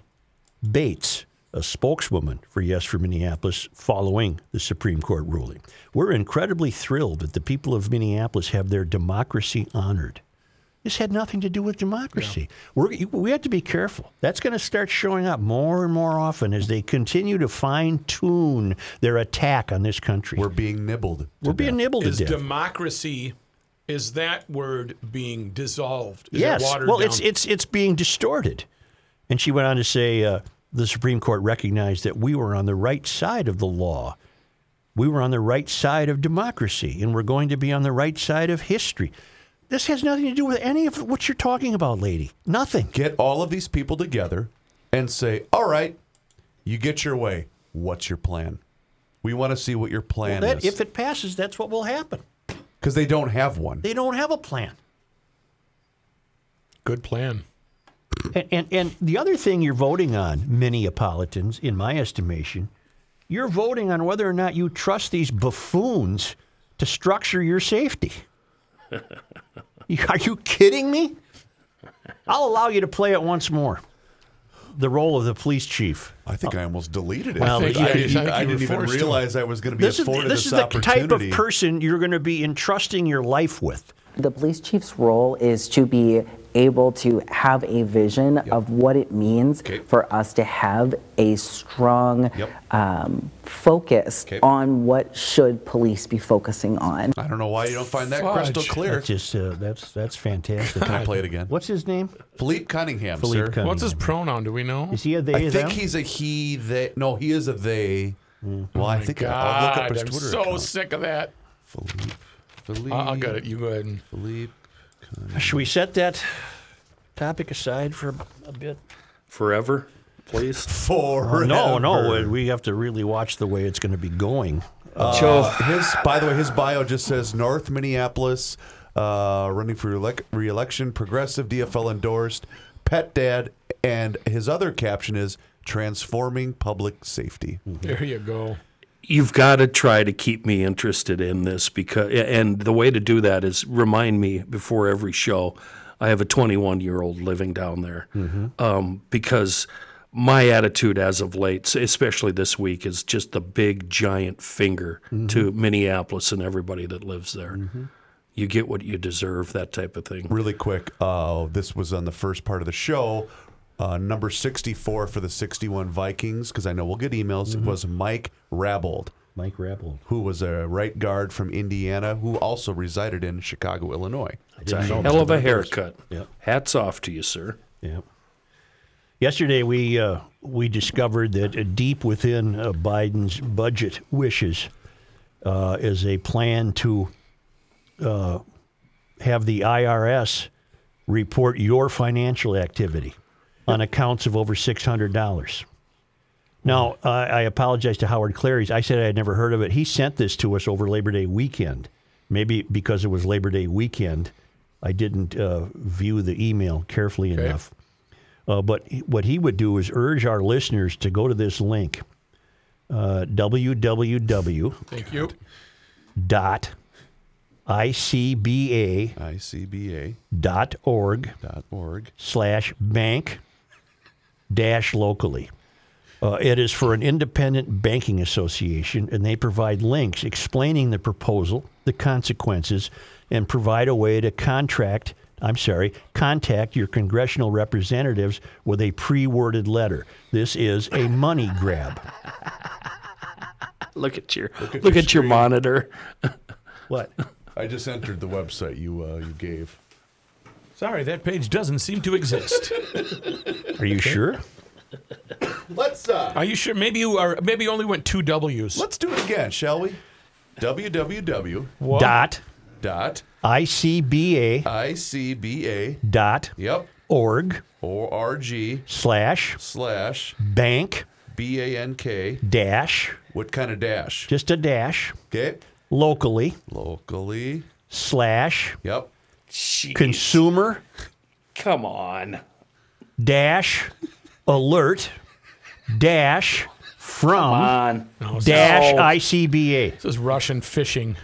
Bates, a spokeswoman for Yes for Minneapolis, following the Supreme Court ruling. We're incredibly thrilled that the people of Minneapolis have their democracy honored. This had nothing to do with democracy. We're, you- we have to be careful. That's going to start showing up more and more often as they continue to fine tune their attack on this country. We're being nibbled. to We're being death. nibbled to Is death. democracy is that word being dissolved? Is it yes. watered Well, down? it's it's it's being distorted. And she went on to say uh, the Supreme Court recognized that we were on the right side of the law. We were on the right side of democracy, and we're going to be on the right side of history. This has nothing to do with any of what you're talking about, lady. Nothing. Get all of these people together and say, all right, you get your way. What's your plan? We want to see what your plan That, is. if it passes, that's what will happen. Because they don't have one. They don't have a plan. good plan. And, and, and the other thing you're voting on, Minneapolitans, in my estimation, you're voting on whether or not you trust these buffoons to structure [laughs] your safety. Are you kidding me? I'll allow you to play it once more. The role of the police chief. I think I almost deleted it. Well, I think you I, did. didn't, I think I you didn't were even forced to. realize I was going to be This is, afforded this, this is the type of opportunity. person you're going to be entrusting your life with. The police chief's role is to be able to have a vision of what it means Okay. for us to have a strong Yep. um, focus Okay. on what should police be focusing on. I don't know why you don't find that crystal Fudge. clear. That's just uh, that's that's fantastic. Can I play it again? What's his name? Philippe Cunningham, Philippe sir. Cunningham. What's his pronoun? Do we know? Um, Is he a they? I or think them? he's a he. They no, he is a they. Well, I think I- I'll look Oh God, up his I'm Twitter so account. sick of that. Philippe, Philippe, I- I'll get it. You go ahead. And, Philippe. Should we set that topic aside for a bit? forever, please. Forever. Oh, No, no, we have to really watch the way it's going to be going. Joe, Uh, His, by the way, his bio just says North Minneapolis, uh, running for elec- reelection, progressive DFL endorsed, pet dad, and his other caption is transforming public safety. there you go. you've got to try to keep me interested in this because, and the way to do that is remind me before every show. I have a 21 year old living down there um, because my attitude as of late, especially this week, is just the big giant finger to Minneapolis and everybody that lives there. You get what you deserve, that type of thing. Really quick, uh, this was on the first part of the show. Uh, number 64 for the 61 Vikings, because I know we'll get emails, was Mike Rabold, Mike Rappold. who was a right guard from Indiana who also resided in Chicago, Illinois. It's a hell of a haircut. Hats off to you, sir. Yeah. Yesterday, we uh, we discovered that uh, deep within uh, Biden's budget wishes uh, is a plan to uh, have the IRS report your financial activity on accounts of over six hundred dollars. Now, I I apologize to Howard Clary's. I said I had never heard of it. He sent this to us over Labor Day weekend. Maybe because it was Labor Day weekend, I didn't uh, view the email carefully enough. Uh, but he- what he would do is urge our listeners to go to this link uh, Thank you. www.icba.org ICBA.org. slash bank dash locally. Uh, it is for an independent banking association, and they provide links explaining the proposal, the consequences, and provide a way to contract. I'm sorry, contact your congressional representatives with a pre worded letter. This is a money grab. Look at your look at, your monitor. What? I just entered the website you uh, you gave. Sorry, that page doesn't seem to [laughs] exist. Are you sure? Let's uh, Are you sure? Maybe you are. Maybe you only went two W's. let's do it again, shall we? www.icba. dot icba dot Yep. org O-R-G slash slash bank B-A-N-K. dash What kind of dash? just a dash Okay. locally Locally. slash Yep. Jeez, consumer come on. dash alert dash from On. dash No. icba This is Russian fishing.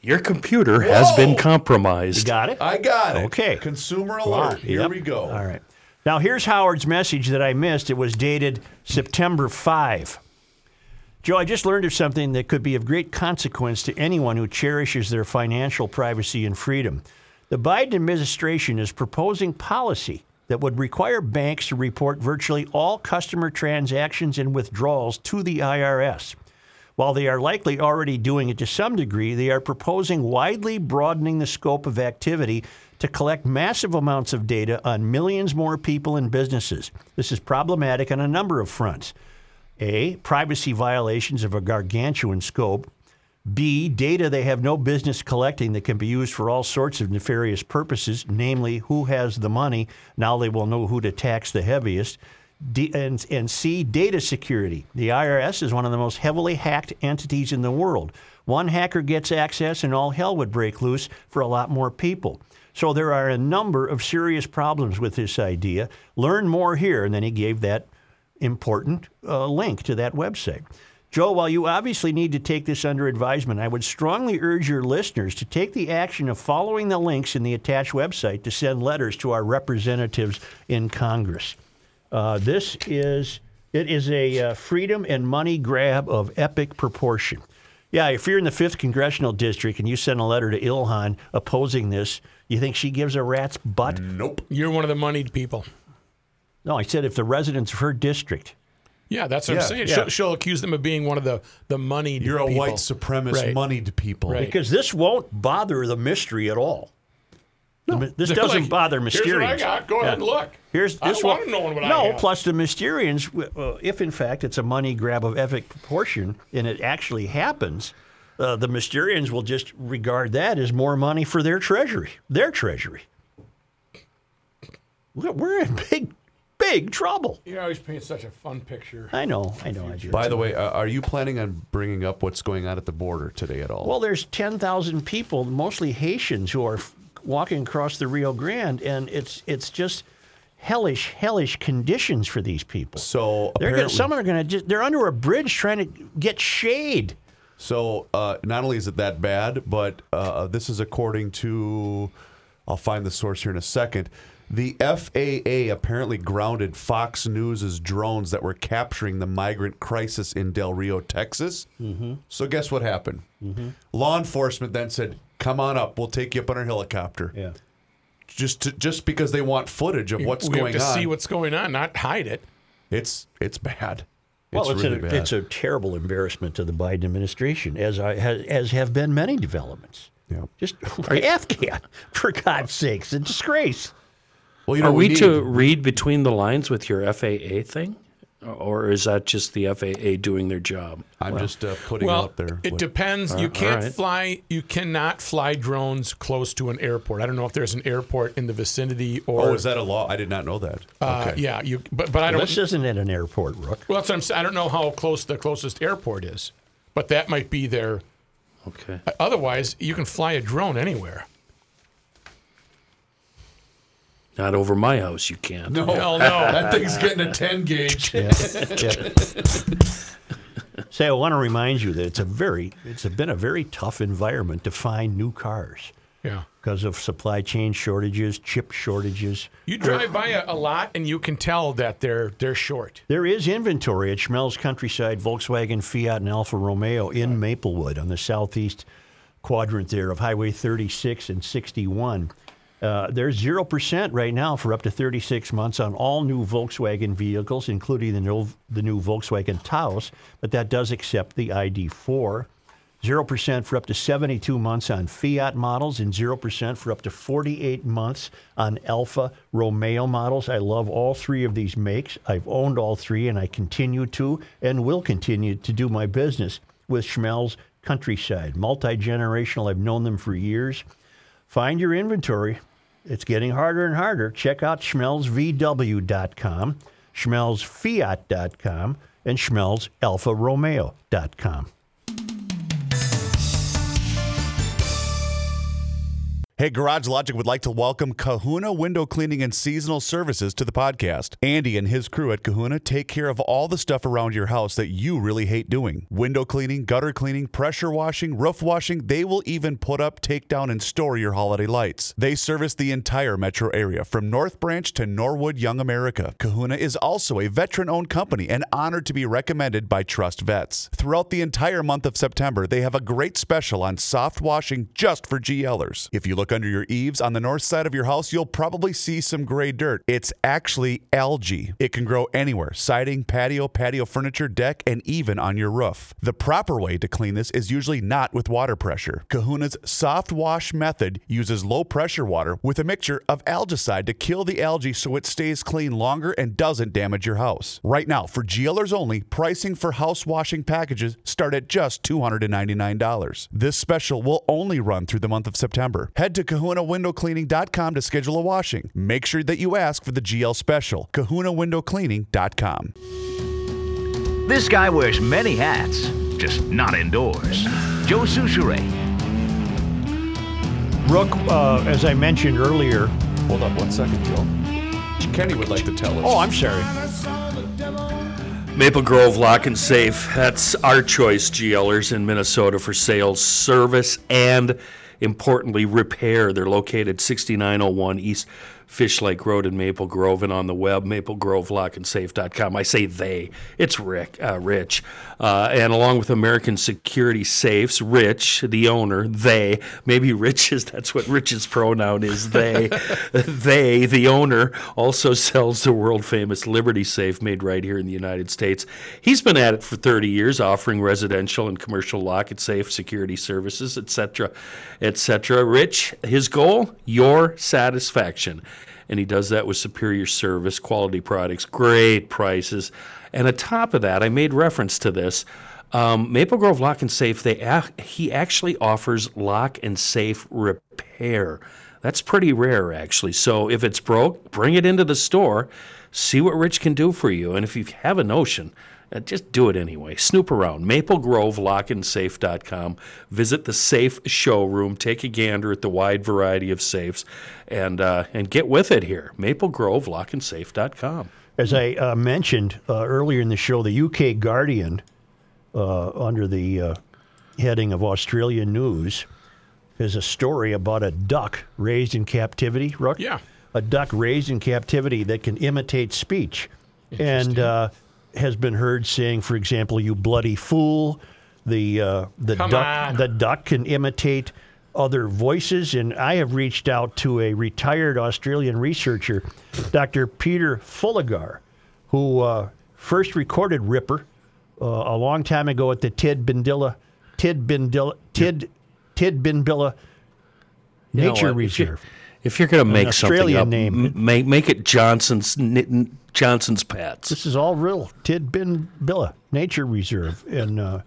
Your computer has been compromised. you got it I got it. Okay. Consumer alert. Oh, Here Yep. we go. all right now here's howard's message that i missed it was dated september 5 joe i just learned of something that could be of great consequence to anyone who cherishes their financial privacy and freedom the biden administration is proposing policy that would require banks to report virtually all customer transactions and withdrawals to the irs While they are likely already doing it to some degree, they are proposing widely broadening the scope of activity to collect massive amounts of data on millions more people and businesses. This is problematic on a number of fronts. A, privacy violations of a gargantuan scope. B, data they have no business collecting that can be used for all sorts of nefarious purposes, namely who has the money. Now they will know who to tax the heaviest. D, and, and C, data security. The IRS is one of the most heavily hacked entities in the world. One hacker gets access, and all hell would break loose for a lot more people. So there are a number of serious problems with this idea. Learn more here. And then he gave that important uh, link to that website. Joe, while you obviously need to take this under advisement, I would strongly urge your listeners to take the action of following the links in the attached website to send letters to our representatives in Congress. Uh, this is it is a uh, freedom and money grab of epic proportion. Yeah, if you're in the fifth congressional district and you send a letter to Ilhan opposing this, you think she gives a rat's butt? Nope. You're one of the moneyed people. No, I said if the residents of her district Yeah, that's what Yeah, I'm saying. yeah. She'll, she'll accuse them of being one of the the moneyed. You're a people. white supremacist, Right. moneyed people. Right. Because this won't bother the mystery at all. The my- this They're doesn't [laughs] like, bother "Here's what I Mysterians. got. Go ahead and look. Here's I this don't one. wanna know what I no, got. plus the Mysterians, w- uh, if in fact it's a money grab of epic proportion and it actually happens, uh, the Mysterians will just regard that as more money for their treasury. Their treasury. We're- We're in big, big trouble. You're always paint such a fun picture. I know. I know. I do. By the way, uh, are you planning on bringing up what's going on at the border today at all? Well, there's 10,000 people, mostly Haitians, who are f- walking across the Rio Grande, and it's it's just hellish, hellish conditions for these people. so they're gonna, apparently, some are going to just they're under a bridge trying to get shade. so uh, not only is it that bad, but uh, this is according to, I'll find the source here in a second. The FAA apparently grounded Fox News' drones that were capturing the migrant crisis in Del Rio, Texas. Mm-hmm. So guess what happened? Law enforcement then said, "Come on up, we'll take you up on our helicopter." Yeah. Just to, just because they want footage of what's we going have to on. see what's going on, not hide it. It's it's bad. Well, it's, really a, bad. it's a terrible embarrassment to the Biden administration, as I ha, as have been many developments. Yeah. Just [laughs] Afghan, for God's sakes, a disgrace. well, you know, Are we, need- to read between the lines with your FAA thing? Or is that just the FAA doing their job? I'm just uh, putting Well, out there. it what- depends. you can't alright. fly. You cannot fly drones close to an airport. I don't know if there's an airport in the vicinity or. oh, is that a law? I did not know that. uh, Yeah, you. But but I don't. This isn't at an airport, Rook. well, that's what I'm saying. I don't know how close the closest airport is, but that might be there. Okay. Otherwise, you can fly a drone anywhere. Not over my house, you can't. No, Hell no. that thing's getting a 10 gauge. Say, I want to remind you that it's a very, it's been a very tough environment to find new cars [laughs] yeah. because of supply chain shortages, chip shortages. You drive by a, a lot and you can tell that they're they're short. There is inventory at Schmelz Countryside, Volkswagen, Fiat, and Alfa Romeo in Maplewood on the southeast quadrant there of Highway 36 and 61. Uh, they're 0% right now for up to 36 months on all new Volkswagen vehicles, including the new, the new Volkswagen Taos, but that does accept the ID4. 0% for up to 72 months on Fiat models and 0% for up to 48 months on Alfa Romeo models. I love all three of these makes. I've owned all three and I continue to and will continue to do my business with Schmel's Countryside. Multi generational. I've known them for years. Find your inventory. It's getting harder and harder. Check out schmelzvw.com, schmelzfiat.com, and schmelzalfaromeo.com. Hey, Garage Logic would like to welcome Kahuna Window Cleaning and Seasonal Services to the podcast. Andy and his crew at Kahuna take care of all the stuff around your house that you really hate doing window cleaning, gutter cleaning, pressure washing, roof washing. They will even put up, take down, and store your holiday lights. They service the entire metro area from North Branch to Norwood Young America. Kahuna is also a veteran owned company and honored to be recommended by Trust Vets. Throughout the entire month of September, they have a great special on soft washing just for GLers. If you look under your eaves on the north side of your house, you'll probably see some gray dirt. It's actually algae. It can grow anywhere siding, patio, patio furniture, deck, and even on your roof. The proper way to clean this is usually not with water pressure. Kahuna's soft wash method uses low pressure water with a mixture of algicide to kill the algae so it stays clean longer and doesn't damage your house. Right now, for GLers only, pricing for house washing packages start at just $299. This special will only run through the month of September. Head to kahunawindowcleaning.com to schedule a washing. Make sure that you ask for the GL special. kahunawindowcleaning.com. This guy wears many hats, just not indoors. Joe Souchere. Rook, uh, as I mentioned earlier, Hold up one second, Joe. Kenny would like to tell us. oh, I'm sorry. Maple Grove Lock and Safe. That's our choice, GLers in Minnesota for sales, service, and importantly, repair. They're located 6901 East Fish Lake Road in Maple Grove and on the web, maplegrovelockandsafe.com. I say they, it's Rick, uh, Rich. Uh, and along with American Security Safes, Rich, the owner, they, maybe Rich is, that's what Rich's pronoun is, they. [laughs] they, the owner, also sells the world famous Liberty Safe made right here in the United States. He's been at it for 30 years, offering residential and commercial lock and safe security services, etc., etc. Rich, his goal, your satisfaction. And he does that with superior service, quality products, great prices. And on top of that, I made reference to this. Um, Maple Grove Lock and Safe, they ac- he actually offers lock and safe repair. That's pretty rare, actually. So if it's broke, bring it into the store, see what Rich can do for you. And if you have a notion, uh, just do it anyway. Snoop around. MapleGroveLockandSafe.com. Visit the safe showroom. Take a gander at the wide variety of safes, and uh, and get with it here. MapleGroveLockandSafe.com. As I uh, mentioned uh, earlier in the show, the UK Guardian, uh, under the uh, heading of Australia News, is a story about a duck raised in captivity. Rook? Yeah. A duck raised in captivity that can imitate speech and uh, has been heard saying, for example, you bloody fool. The, uh, the, Come duck, on. the duck can imitate other voices. And I have reached out to a retired Australian researcher, Dr. Peter Fulligar, who uh, first recorded Ripper uh, a long time ago at the Tid Bindilla, Tid Bindilla, Tid, Tid Binbilla You know Nature what? If you- Reserve. If you're going to make something Australian up, name. m- make make it Johnson's Knit- Johnson's Pets. This is all real. Tidbinbilla Nature Reserve, and uh,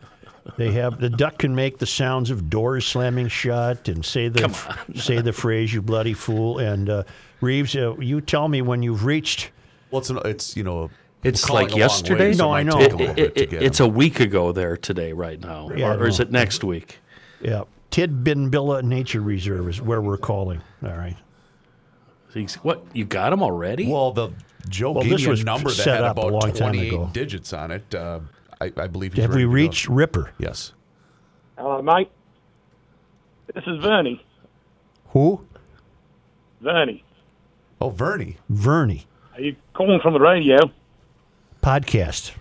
they have the duck can make the sounds of doors slamming shut and say the [laughs] say the phrase "you bloody fool." And uh, Reeves, uh, you tell me when you've reached. Well, it's, an, it's you know. It's calling a like long yesterday? ways. It No, I might know. take It- a little it- bit to it- get it's them. a week ago there today, right now, Yeah, or, or is no. it next week? Yeah, Tidbinbilla Nature Reserve is where we're calling. All right. He's- What you got him already? Well, the Joe Well, gave this me was a number that set had up a about long time 28 ago. digits on it. Uh, I, I believe. He's Have we ready to go. reached Ripper? Yes. Hello, mate. This is Vernie. Who? Vernie, Oh, Vernie. Vernie are you calling from the radio? podcast.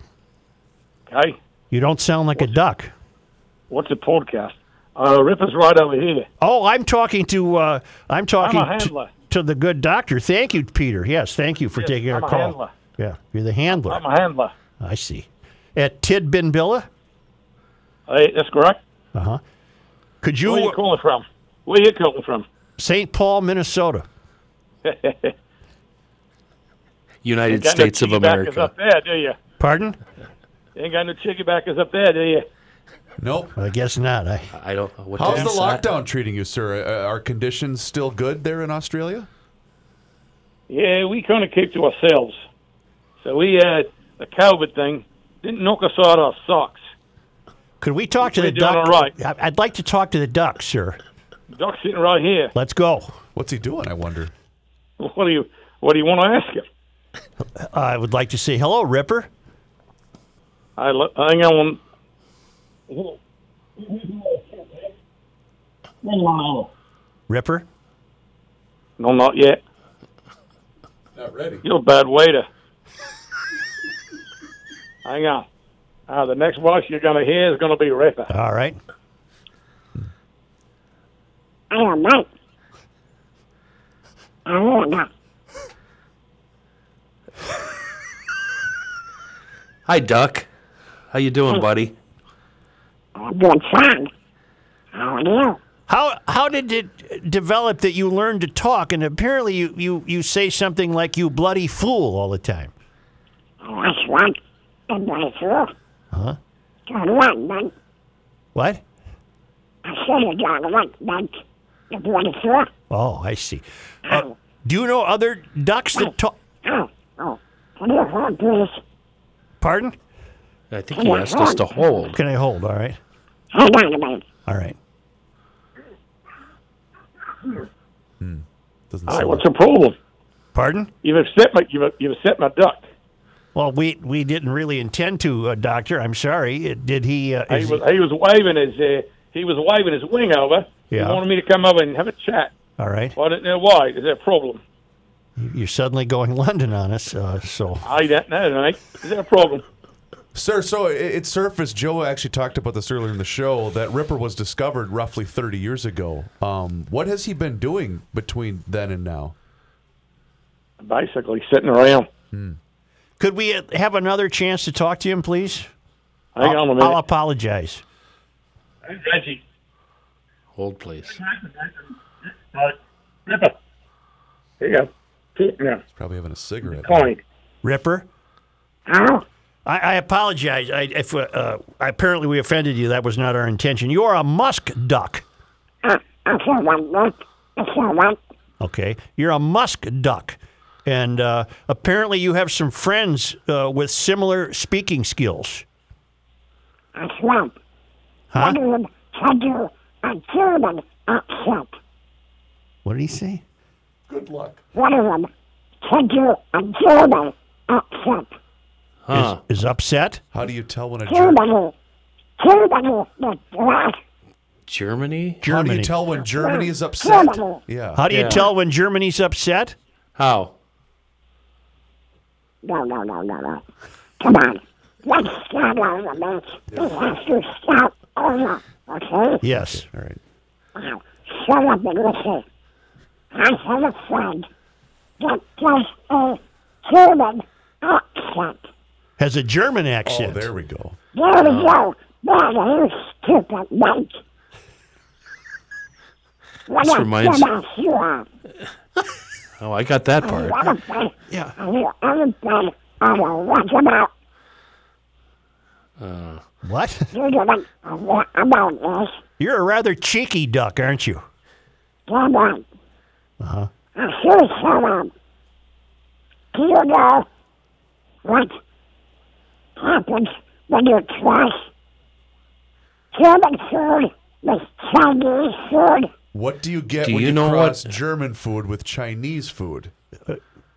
Okay. You don't sound like a duck. What's a podcast? Uh, Ripper's right over here. Oh, I'm talking to uh, I'm talking I'm a t- handler. to the good doctor. Thank you, Peter. Yes, thank you for Yes, taking I'm our a call. handler. Yeah, you're the handler. I'm a handler. I see. At Tidbinbilla. Hey, that's correct. Uh huh. Could Where are you you calling from? Where are you calling from? St. Paul, Minnesota? United Got no States of cheekybackers America. up there, do you? Pardon? You ain't got no chickenbackers up there, do you? Nope. I guess not. I, I don't know what How's to the say. lockdown treating you, sir? Uh, Are conditions still good there in Australia? Yeah, we kind of keep to ourselves. So we had the COVID thing didn't knock us out our socks. Could we talk to We're the doing duck? all right. I- I'd like to talk to the duck, sir. Doc's sitting right here. [laughs] Let's go. What's he doing? I wonder. What do you What do you want to ask him? I would like to say hello, Ripper. I lo- hang on. one- Ripper. No, not yet. Not ready. You're a bad waiter. hang on. Uh, the next voice you're going to hear is going to be Ripper. All right. I don't know. I don't know. Hi, Duck. How you [laughs] doing, buddy? I'm doing fine. How are you? How how did it develop that you learned to talk and apparently you, you, you say something like you bloody fool all the time? I was one and I saw. Huh? John White, man. Uh-huh. What? I saw you, John White, man. The boy saw. Oh, I see. Uh, do you know other ducks that talk? Oh, oh. Can you hold this? Pardon? I Oh think he asked us to hold. Can I hold? All right. Hold on a minute. All right. Doesn't Hi, what's the problem? Pardon? You've upset my you've, you've upset my duck. Well, we we didn't really intend to, uh, Doctor. I'm sorry. Uh, Did he? Uh, He is was he was waving his uh, he was waving his wing over. Yeah. He wanted me to come over and have a chat. all right. Well, I don't know why. Is there a problem? You're suddenly going [laughs] London on us. Uh, so I don't know, mate. Is there a problem? Sir, so it, it surfaced. Joe actually talked about this earlier in the show that Ripper was discovered roughly 30 years ago. Um, what has he been doing between then and now? Basically, sitting around. Hmm. could we uh, have another chance to talk to him, please? Hang I'll, on a minute. I'll apologize. Reggie. Hold, please. Ripper. Here you go. Keep now. He's probably having a cigarette. Coin. Ripper. Ow. I, I apologize. I, if uh, uh, apparently we offended you, that was not our intention. You are a musk duck. I, I saw one, man. I saw one. Okay, you're a musk duck, and uh, apparently you have some friends uh, with similar speaking skills. I slept. Huh? One had you a German accent. What did he say? Good luck. One of them had you a German accent. Huh. Is, is upset? How do you tell when a German? Germany. Germany was last. Germany? How do Germany. you tell when Germany is upset? Germany. Yeah. How do you Yeah. tell when Germany's upset? How? No, no, no, no, no. Come on. Let's start over, man. We have to start over, Oh, okay? Yes. All right. Now, shut up and listen. I have a friend that does a German accent. Has a German Oh, accent. there we go. There we go. Man, you stupid mate. What This a reminds- dumbass you are. Oh, I got that part. What a man. Yeah. And you haven't been on a regimen. What? [laughs] You didn't know about this. You're a rather cheeky duck, aren't you? Come on. Uh-huh. I see someone. Do you know what happens when you twice German food with Chinese food? What do you get Do when you you, know what- cross German food with Chinese food?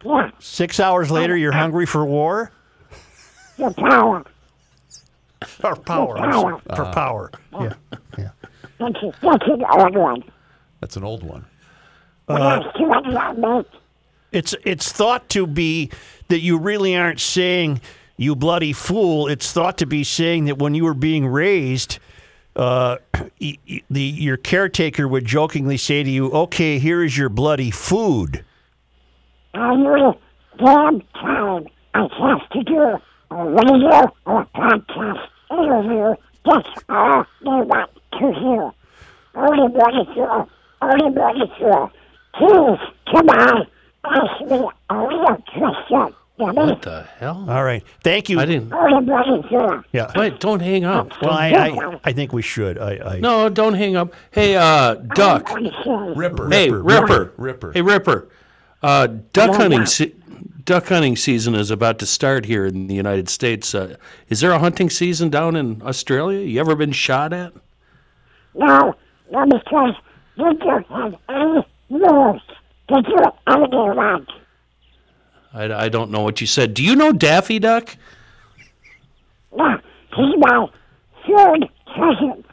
Yeah, Six hours later, you're hungry for war? your power. For power. I'm sorry. For power. Yeah. That's, that's an old one. That's an old one. When I see what that means, It's it's thought to be that you really aren't saying you bloody fool. It's thought to be saying that when you were being raised, uh, [clears throat] y- y- the your caretaker would jokingly say to you, "Okay, here is your bloody food." every damn time I have to do a radio or podcast interview, that's all they want to hear. Only one is here, only one is here. Please, come on, ask me a real question, you What the hell? All right. Thank you. I didn't. Yeah. Wait, don't hang up. Well, I, I, I think we should. I, I No, don't hang up. Hey, uh, Duck. Oh, Ripper. Hey, Ripper, Ripper. Ripper, Ripper. Hey, Ripper. Uh, duck hunting. Se- duck hunting season is about to start here in the United States. Uh, is there a hunting season down in Australia? You ever been shot at? No, no, because you don't have any rules to do anything like. I, I don't know what you said. Do you know Daffy Duck? No, he's my third cousin.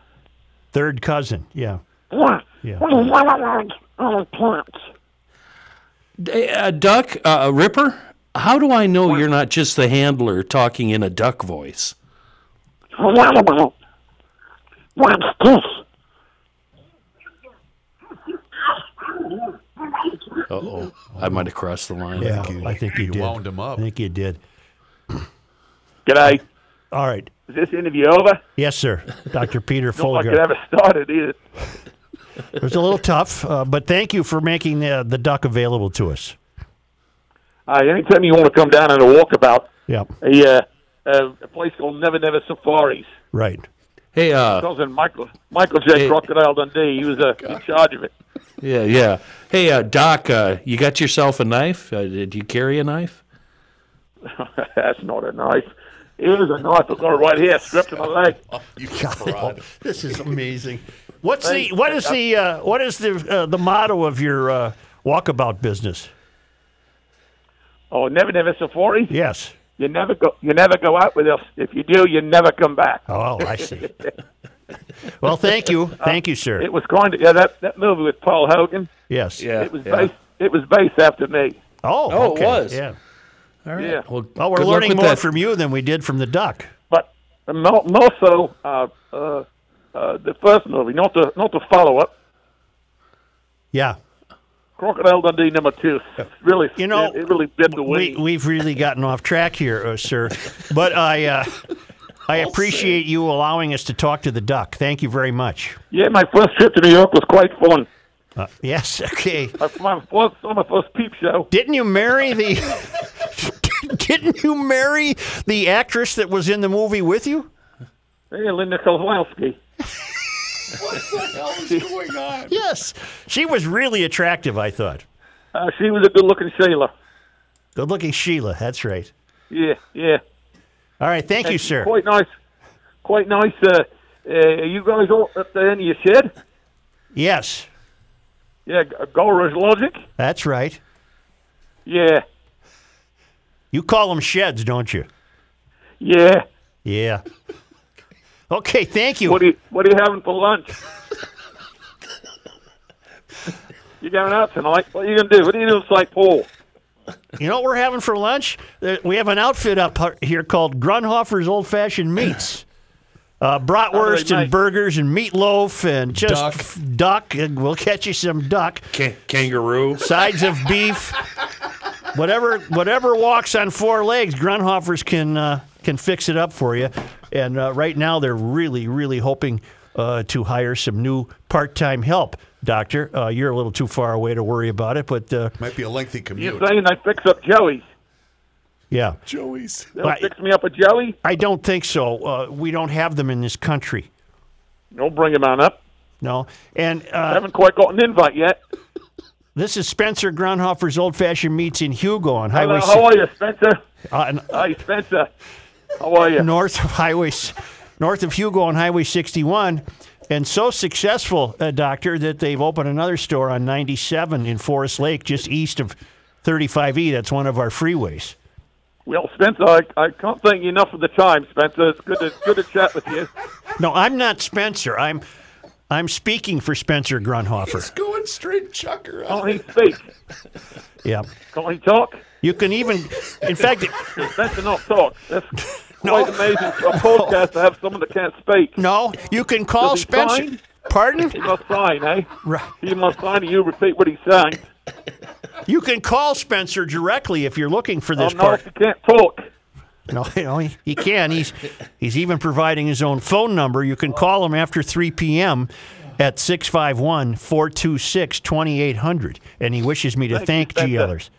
third cousin. Yeah. Yeah, Yeah. with a yellow nose and his pants. D- uh, duck, uh, uh, Ripper. How do I know you're not just the handler talking in a duck voice? Forget about it. Watch this. Uh oh, I might have crossed the line. Yeah. I think you, did. wound him up. I think you did. G'day. All right. Is this interview over? Yes, sir. [laughs] Dr. Peter Not like Folger. it ever started either. It was a little tough, uh, but thank you for making the, the duck available to us. Uh, anytime you want to come down on a walkabout, Yeah. a, uh, uh, a place called Never Never Safaris. Right. Hey, My uh, cousin Michael Michael J. Crocodile Dundee. He was uh, in charge of it. [laughs] yeah, yeah. Hey, uh, Doc, uh, you got yourself a knife? Uh, did you carry a knife? That's not a knife. Here's a knife. I've got it right here, strapped to my leg. You This is amazing. What's Thank- the what is the uh, what is the uh, the motto of your uh, walkabout business? Oh, Never Never Safaris. Yes. You never go. You never go out with us. If you do, you never come back. Oh, I see. Well, thank you, thank you, sir. It was kind of yeah. That that movie with Paul Hogan. yes. It was based. It was based after me. Oh, Oh, it okay. was. Yeah. All right. Yeah. Well, Well, we're good luck learning with more that. from you than we did from the duck. But um, al- also uh, uh, uh, the first movie, not the not the follow up, Yeah. Crocodile Dundee number two. Really, You know, it, it really bit the we, wing. we've really gotten off track here, uh, sir. But I, uh, I appreciate you allowing us to talk to the duck. Thank you very much. yeah, my first trip to New York was quite fun. Uh, yes. [laughs] Okay. My, my first, my first peep show. Didn't you marry the? [laughs] didn't you marry the actress that was in the movie with you? Hey, Linda Kozlowski. Yes. She was really attractive. I thought. Uh, she was a good-looking Sheila. Good-looking Sheila. That's right. Yeah, yeah. All right. Thank you, And sir. Quite nice. Quite nice. Uh, uh, are you guys all up there in your shed? Yes. Yeah, G- Gora's Logic. That's right. Yeah, You call them sheds, don't you? yeah. Yeah. Okay. Thank you. What are you What are you having [laughs] for lunch? you going out tonight? What are you going to do? What are you doing, St. Paul? You know what we're having for lunch? Uh, We have an outfit up hu- here called Grunhofer's Old Fashioned [laughs] Meats. Uh, bratwurst How do they and make? burgers and meatloaf and just Duck. f- duck. And we'll catch you some duck. Ka- kangaroo. Sides of beef. Whatever whatever walks on four legs, Grunhofer's can uh, can fix it up for you. And uh, right now they're really really hoping uh, to hire some new part time help. Doctor, uh, you're a little too far away to worry about it, but uh, Might be a lengthy You're commute. saying they fix up Joey's? yeah. Joey's. They'll Right. fix me up a Joey? I don't think so. Uh, we don't have them in this country. Don't bring him on up. No. And I uh, haven't quite got an invite yet. this is Spencer Grunhofer's Old Fashioned Meats in Hugo on Hello, Highway how are you, Spencer? si- uh, n- Hi, Spencer. How are you? north of Highway s- north of Hugo on Highway 61. And so successful, uh, doctor, that they've opened another store on 97 in Forest Lake, just east of 35E. That's one of our freeways. Well, Spencer, I, I can't thank you enough for the time, Spencer. It's good to good to chat with you. No, I'm not Spencer. I'm I'm speaking for Spencer Grunhofer. Going straight chucker. Can't he speak? Yeah. Can't he talk? You can even, in fact, Does Spencer not talk? [laughs] That's quite amazing for a podcast to have someone that can't speak. No, you can call Does he Spencer. sign? Pardon? He must sign, eh? Right. He must sign and you repeat what he [laughs] signed. You can call Spencer directly if you're looking for Oh, this no, part. he can't talk. [laughs] No, you know, he, he can. He's he's even providing his own phone number. You can call him after 3 p.m. at 651-426-2800. And he wishes me to thank Thank you, Spencer. GLers.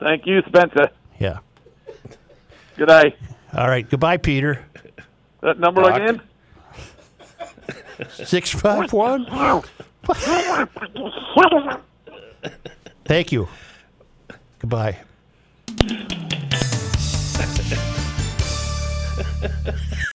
Thank you, Spencer. Yeah. Good day. All right. Goodbye, Peter. That number Doc. again? Six five one. Thank you. Goodbye.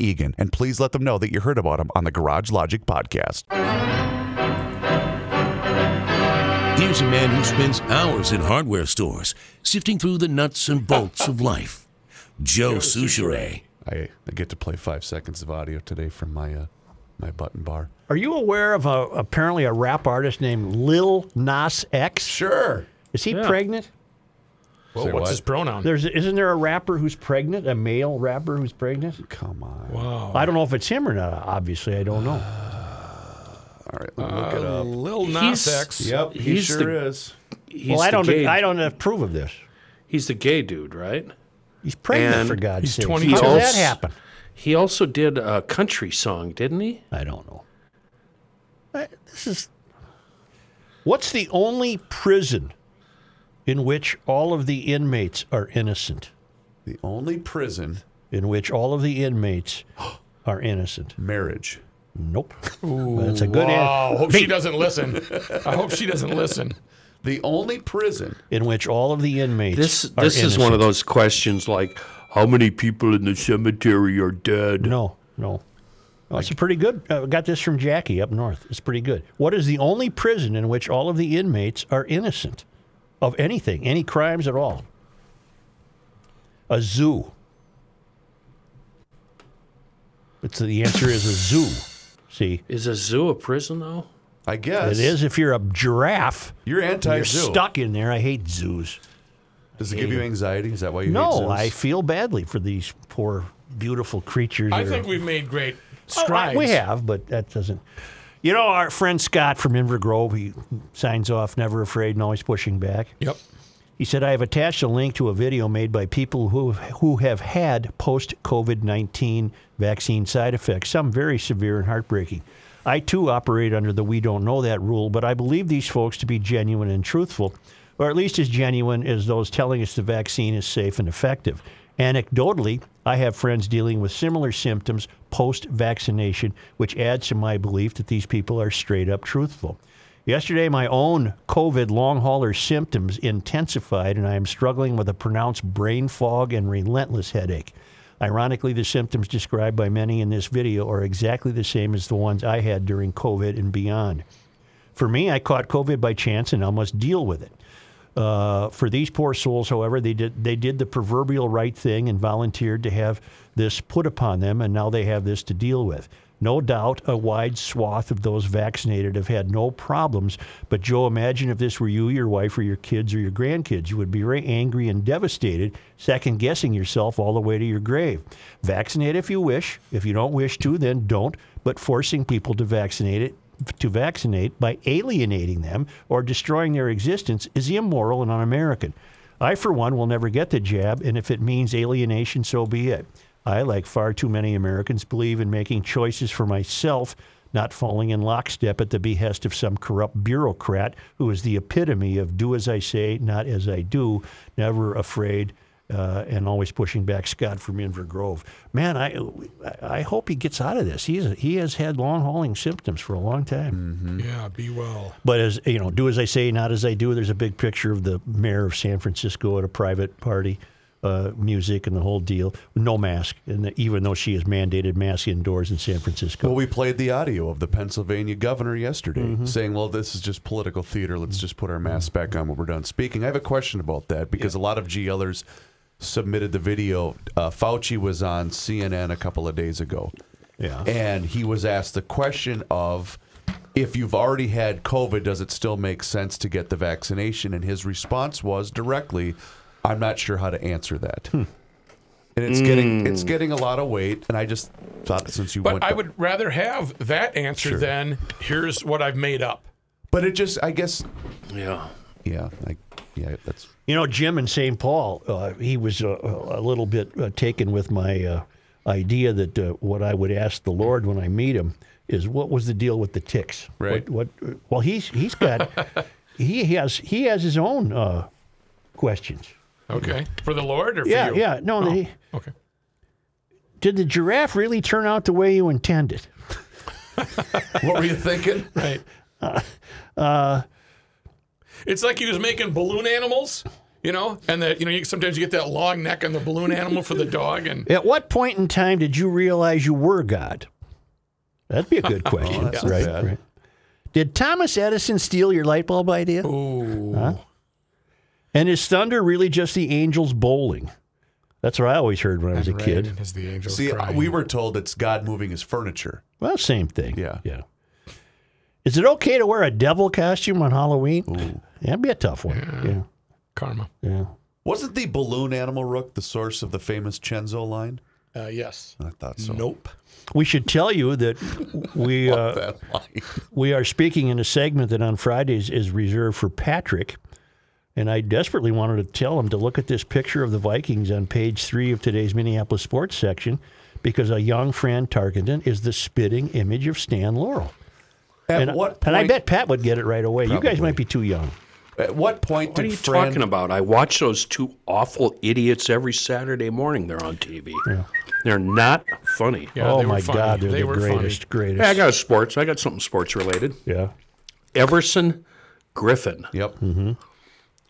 Eagan. And please let them know that you heard about them on the Garage Logic podcast. Here's a man who spends hours in hardware stores sifting through the nuts and bolts of life. Joe Souchere. I, I get to play five seconds of audio today from my uh, my button bar. Are you aware of a, apparently a rap artist named Lil Nas X? Sure. Is he Yeah. pregnant? Whoa, what's his pronoun? There's isn't there a rapper who's pregnant? A male rapper who's pregnant? Come on. Wow. I don't know if it's him or not. Obviously, I don't know. All right, let me look it Uh, up. Lil Nas He's- X. Yep, he he's sure the- is. well, I don't. I don't approve of this. He's the gay dude, right? He's pregnant for God's He's sake. 22. How He did that als- happen? He also did a country song, didn't he? I don't know. I- This is what's the only prison in which all of the inmates are innocent? The only prison in which all of the inmates [gasps] are innocent. Marriage. Nope. That's a good wow. answer. Oh, Hope she doesn't listen. I hope she doesn't listen. The only prison in which all of the inmates This are this is one of innocent. those questions like how many people in the cemetery are dead? No, no. Oh, it's a pretty good. I got this from Jackie up north. It's pretty good. What is the only prison in which all of the inmates are innocent of anything, any crimes at all? A zoo. It's the answer is a zoo. See, Is a zoo a prison though? I guess it is if you're a giraffe. You're and anti-zoo. You're stuck in there. I hate zoos. Does it Hate give you it. anxiety? Is that why you hate No, zoos? I feel badly for these poor, beautiful creatures. I that are- think we've made great Oh, I- strides. we have, but that doesn't. You know, our friend Scott from Invergrove, he signs off, never afraid and always pushing back. Yep. He said, I have attached a link to a video made by people who, who have had post COVID 19 vaccine side effects, some very severe and heartbreaking. I too operate under the we don't know that rule, but I believe these folks to be genuine and truthful, or at least as genuine as those telling us the vaccine is safe and effective. Anecdotally, I have friends dealing with similar symptoms post vaccination, which adds to my belief that these people are straight up truthful. Yesterday, my own COVID long hauler symptoms intensified, and I am struggling with a pronounced brain fog and relentless headache. Ironically, the symptoms described by many in this video are exactly the same as the ones I had during COVID and beyond. For me, I caught COVID by chance and I must deal with it. Uh, for these poor souls, however, they did they did the proverbial right thing and volunteered to have this put upon them, and now they have this to deal with. No doubt, a wide swath of those vaccinated have had no problems. But Joe, imagine if this were you, your wife, or your kids, or your grandkids, you would be very angry and devastated, second guessing yourself all the way to your grave. Vaccinate if you wish. If you don't wish to, then don't. But forcing people to vaccinate it to vaccinate by alienating them or destroying their existence is immoral and un American. I, for one, will never get the jab, and if it means alienation, so be it. I, like far too many Americans, believe in making choices for myself, not falling in lockstep at the behest of some corrupt bureaucrat who is the epitome of do as I say, not as I do, never afraid. Uh, and always pushing back Scott from Inver Grove. Man, I I hope he gets out of this. He's he has had long hauling symptoms for a long time. Mm-hmm. Yeah, be well. But as you know, do as I say, not as I do. There's a big picture of the mayor of San Francisco at a private party, uh, music and the whole deal. No mask, and even though she has mandated mask indoors in San Francisco. Well, we played the audio of the Pennsylvania governor yesterday saying, well, this is just political theater. Let's just put our masks back on when we're done speaking. I have a question about that because a lot of GLers submitted the video. Uh, Fauci was on CNN a couple of days ago. Yeah. And he was asked the question of if you've already had COVID, does it still make sense to get the vaccination? And his response was directly, I'm not sure how to answer that. And it's getting it's Mm. getting a lot of weight, and I just thought since you But went I would rather have that answer Sure. than here's what I've made up. But it just, I guess. Yeah. Yeah. Like, yeah. That's. You know, Jim in St. Paul, uh, he was uh, a little bit uh, taken with my uh, idea that uh, what I would ask the Lord when I meet him is, "What was the deal with the ticks?" Right. What? what well, he's he's [laughs] got he has he has his own uh, questions. Okay. For the Lord or for yeah, you? yeah. No, Oh, they- okay. did the giraffe really turn out the way you intended? what were you thinking? [laughs] Right. Uh, It's like he was making balloon animals, you know, and that you know you, sometimes you get that long neck on the balloon animal for the dog, and at what point in time did you realize you were God? That'd be a good question, that's not right, bad. right? Did Thomas Edison steal your light bulb idea? Ooh. And is thunder really just the angels bowling? That's what I always heard when I was a kid. See, we were told it's God moving his furniture. Well, same thing. Yeah. Yeah. Is it okay to wear a devil costume on Halloween? That'd be a tough one. Yeah. karma. Yeah. Wasn't the balloon animal rook the source of the famous Chenzo line? Uh, yes. I thought so. Nope. We should tell you that we uh, we are speaking in a segment that on Fridays is reserved for Patrick, and I desperately wanted to tell him to look at this picture of the Vikings on page three of today's Minneapolis sports section because a young Fran Tarkenton is the spitting image of Stan Laurel. At and, what and I point- bet Pat would get it right away. You guys Probably. might be too young. At what point What are did you Fran- talking about? I watch those two awful idiots every Saturday morning. They're on TV. They're not funny. Yeah, Oh, they were my funny. God, they're They the were greatest, funny. greatest. Hey, I got sports. I got something sports related. Yeah. Everson Griffin. Yep. Mm-hmm.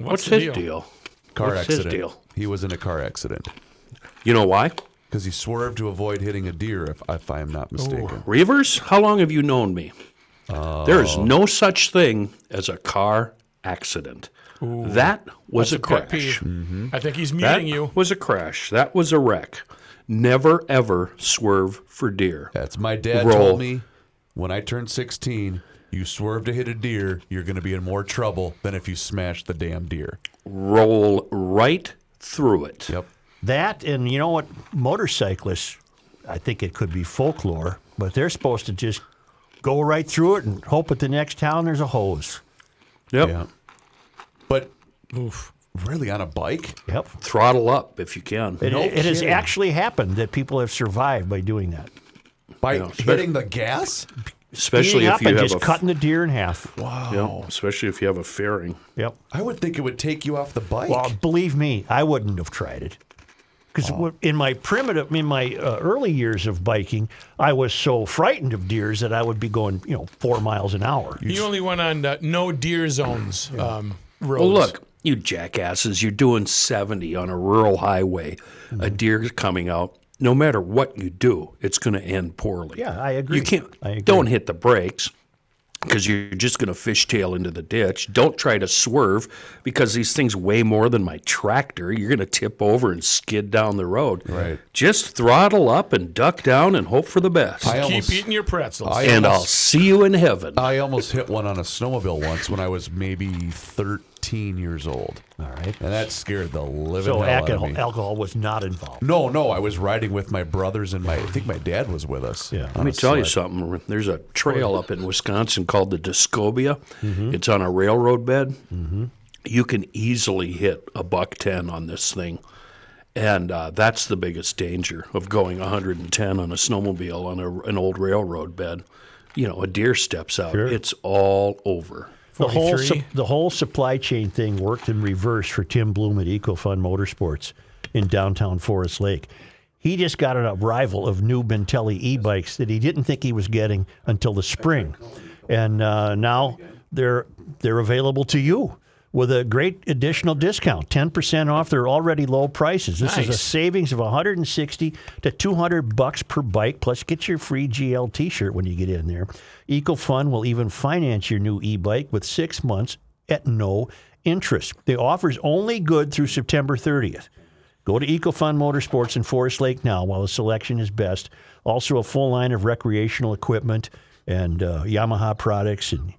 What's, the his deal? deal? Car What's accident. His deal? He was in a car accident. You know why? Because he swerved to avoid hitting a deer, if, if I am not mistaken. Oh. Reavers, how long have you known me? There is no such thing as a car accident. Ooh. That was That's a, a pet crash. peeve. I think he's That muting you. was a crash. That was a wreck. Never ever swerve for deer. That's my Dad Roll. told me when I turned 16, you swerve to hit a deer, you're going to be in more trouble than if you smash the damn deer. Roll right through it. Yep. That and you know what? Motorcyclists, I think it could be folklore, but they're supposed to just go right through it and hope at the next town there's a hose. Yep. Yeah. But really on a bike? Yep. Throttle up if you can. It, it has actually happened that people have survived by doing that. By Yeah, spe- hitting the gas? especially Speeding if up you and have just a f- cutting Oh. the deer in half. Wow. Yeah, especially if you have a fairing. Yep. I would think it would take you off the bike. Well, believe me, I wouldn't have tried it. Because in my primitive, in my uh, early years of biking, I was so frightened of deers that I would be going, you know, four miles an hour. You only went on uh, no deer zones um, roads. Well, look, you jackasses, you're doing 70 on a rural highway. A deer's coming out. No matter what you do, it's going to end poorly. Yeah, I agree. You can't. I agree. Don't hit the brakes because you're just going to fishtail into the ditch. Don't try to swerve because these things weigh more than my tractor. You're going to tip over and skid down the road. Right. Just throttle up and duck down and hope for the best. I keep almost- eating your pretzels. I and I'll almost- see you in heaven. I almost hit one on a snowmobile once when I was maybe 13 years old. All right. And that scared the living So hell out of alcohol, me. alcohol was not involved. No, no, I was riding with my brothers and my I think my dad was with us. Yeah. Let me tell you something. There's a trail up in Wisconsin called the Discobia. It's on a railroad bed. you can easily hit a buck 10 on this thing. And uh, that's the biggest danger of going 110 on a snowmobile on a, an old railroad bed. You know, a deer steps out, it's all over. The whole, sup- the whole supply chain thing worked in reverse for Tim Bloom at EcoFund Motorsports in downtown Forest Lake. He just got an arrival of new Bentelli e bikes that he didn't think he was getting until the spring. And uh, now they're, they're available to you with a great additional discount 10% off their already low prices. This is a Nice. savings of 160 to 200 bucks per bike. Plus, get your free GL T-shirt when you get in there. EcoFund will even finance your new e-bike with six months at no interest. The offer is only good through September 30th. Go to EcoFund Motorsports in Forest Lake now while the selection is best. Also, a full line of recreational equipment and uh, Yamaha products and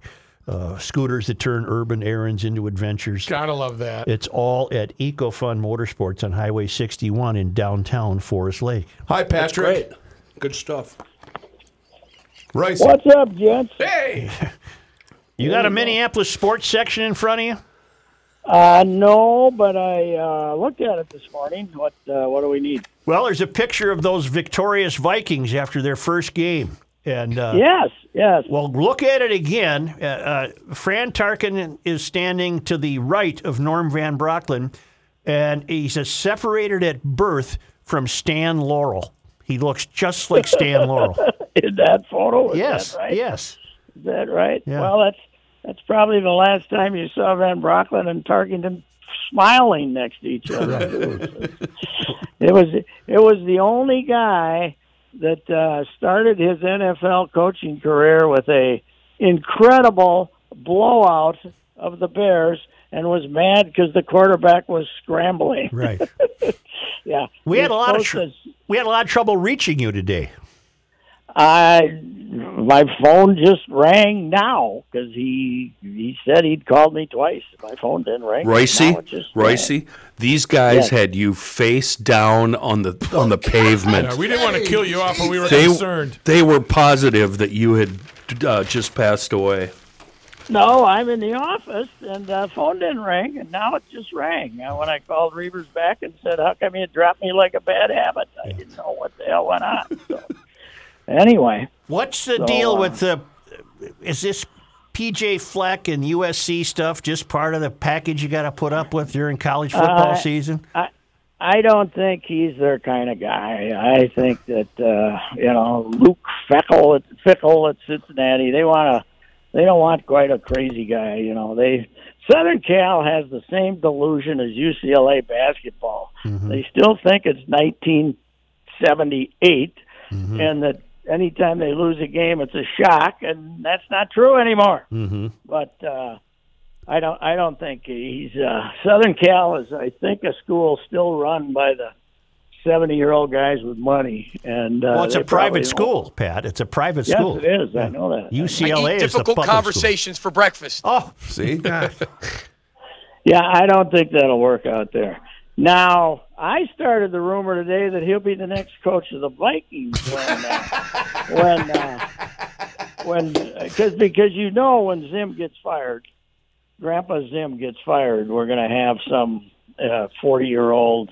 uh, scooters that turn urban errands into adventures. Gotta love that. It's all at EcoFun Motorsports on Highway 61 in downtown Forest Lake. Hi, Patrick. Good stuff. Rice. What's up, gents? Hey! You got a Minneapolis sports section in front of you? Uh, no, but I uh, looked at it this morning. What uh, What do we need? Well, there's a picture of those victorious Vikings after their first game. And uh, Yes, yes. Well, look at it again. Uh, uh, Fran Tarkin is standing to the right of Norm Van Brocklin, and he's uh, separated at birth from Stan Laurel. He looks just like Stan [laughs] Laurel. In [laughs] that photo? Is yes, that right? yes. Is that right? Yeah. Well, that's that's probably the last time you saw Van Brocklin and Tarkington smiling next to each other. [laughs] it was it was the only guy that uh, started his NFL coaching career with a incredible blowout of the Bears and was mad because the quarterback was scrambling. Right. yeah, We had a lot of tr- Supposed we had a lot of trouble reaching you today. I my phone just rang now because he he said he'd called me twice. My phone didn't ring. Now it Roycey, just rang. Roycey, these guys Yes. had you face down on the on the pavement. Yeah, Uh, we didn't want to kill you off, but we were they, concerned. they were positive that you had uh, just passed away. No, I'm in the office and the phone didn't ring, and now it just rang. And when I called Reavers back and said, "How come you dropped me like a bad habit?" I didn't know what the hell went on. So, [laughs] anyway, What's the So, deal uh, with the? Is this PJ Fleck and USC stuff just part of the package you got to put up with during college football Uh, season? I I don't think he's their kind of guy. I think that uh, you know Luke Fickle at Fickle at Cincinnati. They want to. They don't want quite a crazy guy. You know they. Southern Cal has the same delusion as UCLA basketball. Mm-hmm. They still think it's 1978, Mm-hmm. and that anytime they lose a game, it's a shock, and that's not true anymore Mm-hmm. but uh, I don't. I don't think he's uh, Southern Cal is. I think a school still run by the seventy-year-old guys with money, and uh, well, it's a they probably private don't- school, Pat. It's a private Yes, school. it is. I know that. UCLA is the public for breakfast. Oh, see, Yeah, I don't think that'll work out there. Now, I started the rumor today that he'll be the next coach of the Vikings when, uh, when, uh, when, because because you know when Zim gets fired, Grandpa Zim gets fired, we're going to have some uh, forty-year-old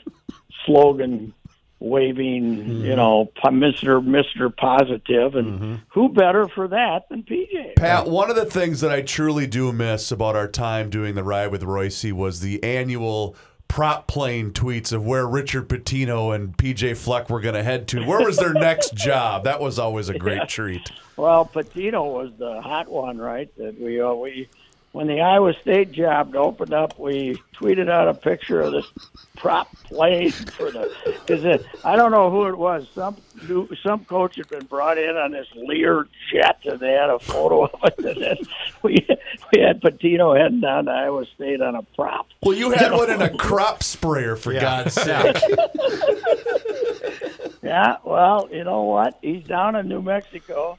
slogan waving, you know, po- Mister Mister Positive, and who better for that than PJ? Pat, one of the things that I truly do miss about our time doing the ride with Royce was the annual prop plane tweets of where Richard Pitino and PJ Fleck were going to head to. Where was their [laughs] next job? That was always a great treat. Well, Patino was the hot one, right? That we uh, we when the Iowa State job opened up, we tweeted out a picture of this prop plane for the because I don't know who it was. Some new, some coach had been brought in on this Lear jet, and they had a photo of it. [laughs] And then we we had Patino heading down to Iowa State on a prop. Well, you had one in a crop sprayer, for God's [laughs] sake. Yeah, well, you know what? He's down in New Mexico,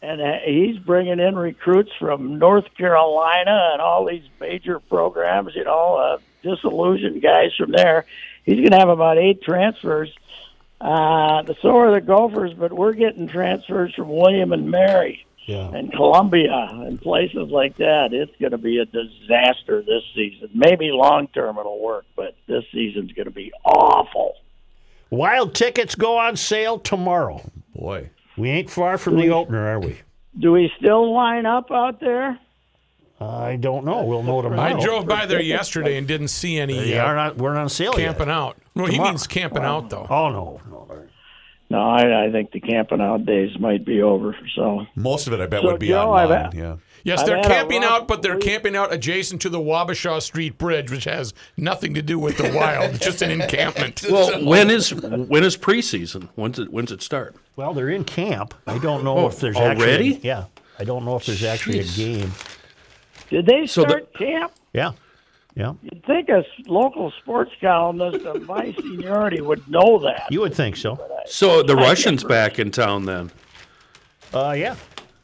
and uh, he's bringing in recruits from North Carolina and all these major programs. You know, uh, disillusioned guys from there. He's going to have about eight transfers. Uh, so are the Gophers, but we're getting transfers from William and Mary. Yeah. and Columbia and places like that, it's going to be a disaster this season. Maybe long term it'll work, but this season's going to be awful. Wild tickets go on sale tomorrow. Boy. We ain't far from the opener, are we? Do we still line up out there? I don't know. We'll know tomorrow. I drove by there yesterday and didn't see any. They uh, are not, we're not on sale yet. camping out. Well, he means camping out though. Oh no, no. No, I, I think the camping out days might be over. So most of it, I bet, So, would be Joe, I've online. a- yeah. Yes, I've they're had a camping rough out, but they're camping out adjacent to the Wabasha Street Bridge, which has nothing to do with the wild. [laughs] It's just an encampment. Well, when is when is preseason? When's it when's it start? Well, they're in camp. I don't know Oh, if there's already? Actually, yeah, I don't know if there's actually Jeez. a game. Did they So the- start camp? Yeah, yeah. You'd think a s- local sports columnist of my seniority would know that. You would think so. So the Russians back in town then. Uh, yeah.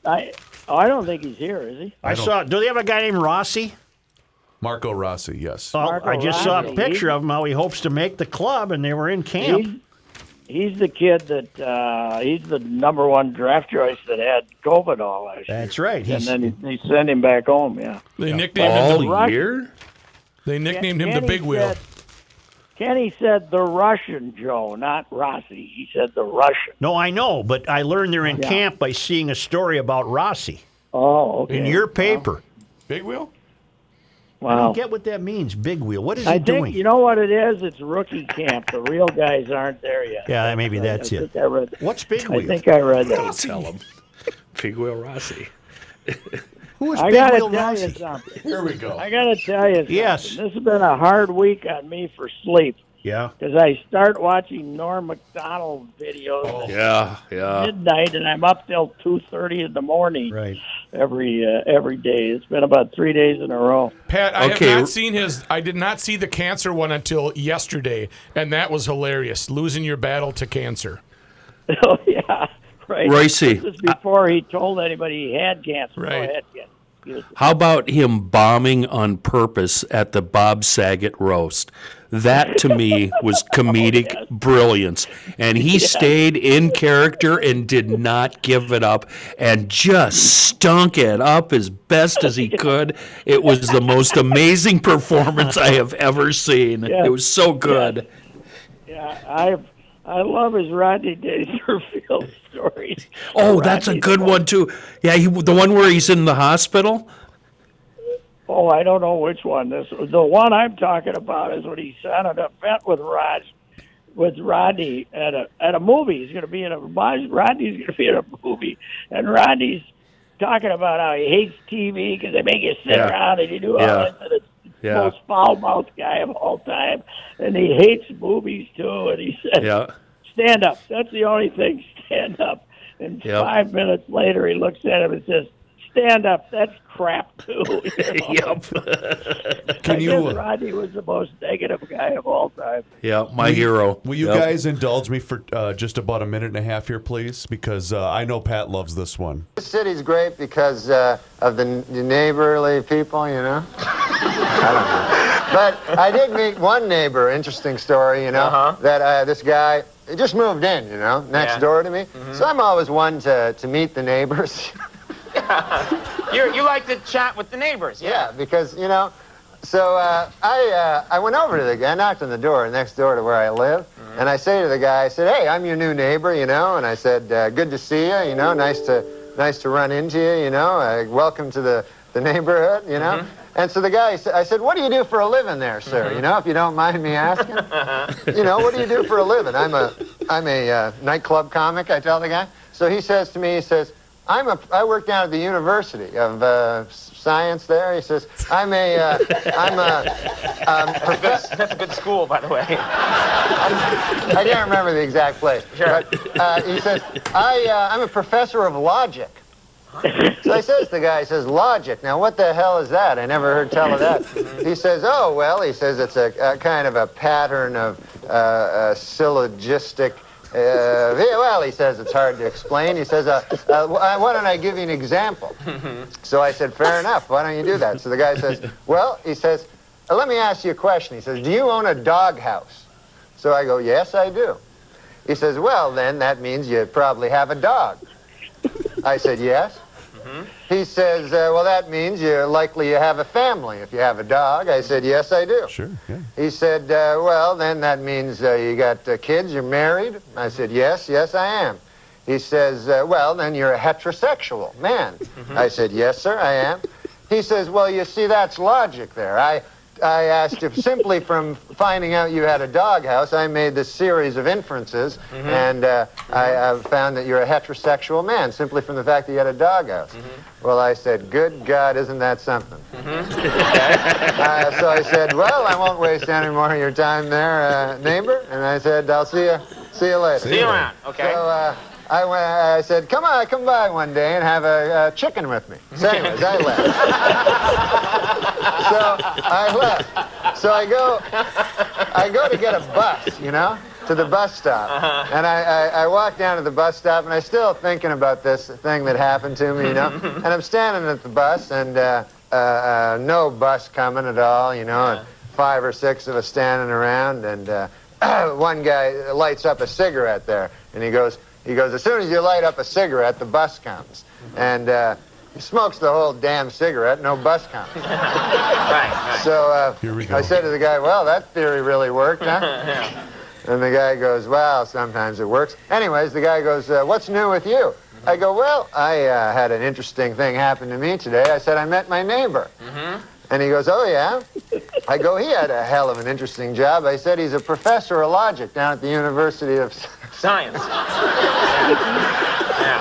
I I don't think he's here, is he? I, saw. Do they have a guy named Rossi? Marco Rossi, yes. Oh, Marco I just saw a Rossi. picture of him. How he hopes to make the club, and they were in camp. He's the kid that uh, he's the number one draft choice that had COVID all last year. That's right. And He's- then he, they sent him back home. Yeah. They nicknamed him the Rush- They nicknamed him the Kenny Big Wheel. said- Kenny said the Russian Joe, not Rossi. He said the Russian. No, I know, but I learned they're in Yeah. camp by seeing a story about Rossi Oh, okay. in your paper. Big Wheel. I Wow. don't get what that means. Big wheel. What is he Oh. I think doing? you know what it is. It's rookie camp. The real guys aren't there yet. Yeah, that- maybe I- that's I it. Think I read, What's big I wheel? think I read I'll that. tell him. Big Wheel Rossi. Who is I Big gotta Wheel tell Rossi? you something. Here we go. I gotta tell you. Something. Yes. This has been a hard week on me for sleep. Yeah. because I start watching Norm Macdonald videos Oh. at Yeah, yeah. midnight, and I'm up till two thirty in the morning Right. every uh, every day. It's been about three days in a row. [laughs] Pat, I Okay. have not seen his. I did not see the cancer one until yesterday, and that was hilarious. Losing your battle to cancer. oh yeah, right. Roycey, This is before he told anybody he had cancer. Right. Go ahead, Ken. He was- How about him bombing on purpose at the Bob Saget roast? That to me was comedic brilliance. And he stayed in character and did not give it up and just stunk it up as best as he could. It was the most amazing performance I have ever seen. It was so good. Yeah, I I love his [laughs] Rodney Dangerfield stories. Oh, that's a Rodney's good one too. Yeah, he, the one where he's in the hospital. Oh, I don't know which one. This the one I'm talking about is when he's on an event with Rod, with Rodney at a at a movie. He's going to be in a Rod- Rodney's going to be in a movie, and Rodney's talking about how he hates TV because they make you sit Yeah. around and you do Yeah. all this. And it's the Yeah. most foul mouthed guy of all time, and he hates movies too. And he said, Yeah. "Stand up. That's the only thing. Stand up." And Yep. five minutes later, he looks at him and says. Stand up. That's crap too. [laughs] You know? yep. Can I you, guess uh, Rodney was the most negative guy of all time. Yeah, my hero. Will you Yep. guys indulge me for uh, just about a minute and a half here, please? Because uh, I know Pat loves this one. This city's great because uh, of the, n- the neighborly people, you know. [laughs] I don't know. But I did meet one neighbor. Interesting story, you know. That uh, this guy he just moved in, you know, next Uh-huh. Yeah. Mm-hmm. door to me. So I'm always one to to meet the [laughs] neighbors. you you like to chat with the neighbors. yeah, because you know. So uh, I uh, I went over to the guy, I knocked on the door next door to where I live, and I say to the guy, I said, "Hey, I'm your new neighbor, you know." And I said, uh, "Good to see you, you know. Nice to nice to run into you, you know. Uh, welcome to the the neighborhood, you know." And so the guy, sa- I said, "What do you do for a living, there, sir? You know, if you don't mind me asking." you know, what do you do for a living? I'm a, I'm a uh, nightclub comic. I tell the guy. So he says to me, he says, I'm a, I work down at the University of uh, S- Science there. He says, I'm a, uh, I'm a, um, professor. [laughs] That's a good school, by the way. I can't remember the exact place. But uh, he says, I, uh, I'm a professor of logic. So I says to the guy, he says, logic. Now, what the hell is that? I never heard tell of that. He says, oh, well, he says it's a, a kind of a pattern of uh, uh, syllogistic. Uh, yeah, well, he says it's hard to explain. He says, uh, uh, wh- why don't I give you an example? So I said, fair enough. Why don't you do that? So the guy says, well, he says, "Uh, let me ask you a question. He says, do you own a dog house? So I go, yes, I do. He says, well, then that means you probably have a dog. I said, yes. He says, uh, Well, that means you're likely you have a family if you have a dog. I said, Yes, I do. Sure. Yeah. He said, uh, Well, then that means uh, you got uh, kids, you're married? I said, Yes, yes, I am. He says, uh, Well, then you're a heterosexual man. I said, Yes, sir, I am. He says, Well, you see, that's logic there. I, I asked if simply from finding out you had a doghouse, I made this series of inferences, and uh, I, I found that you're a heterosexual man simply from the fact that you had a doghouse. Well, I said, Good God, isn't that something? uh, so I said, "Well, I won't waste any more of your time there, uh, neighbor." And I said, "I'll see you. See you later." See you around, okay. So uh, I went. I said, "Come on, come by one day and have a uh, chicken with me." So, anyways, I left. [laughs] so I left. So I go. I go to get a bus. You know. To the bus stop, Uh-huh. and I, I, I walk down to the bus stop, and I'm still thinking about this thing that happened to me, you know. and I'm standing at the bus, and uh, uh, uh, no bus coming at all, you know. And five or six of us standing around, and uh, [clears throat] one guy lights up a cigarette there, and he goes, he goes, as soon as you light up a cigarette, the bus comes, and uh, he smokes the whole damn cigarette, no bus comes. So uh, Here we I said to the guy, well, that theory really worked, huh? And the guy goes, well, sometimes it works. Anyways, the guy goes, uh, what's new with you? I go, well, I uh, had an interesting thing happen to me today. I said I met my neighbor. And he goes, oh, yeah? I go, he had a hell of an interesting job. I said he's a professor of logic down at the University of Science. [laughs]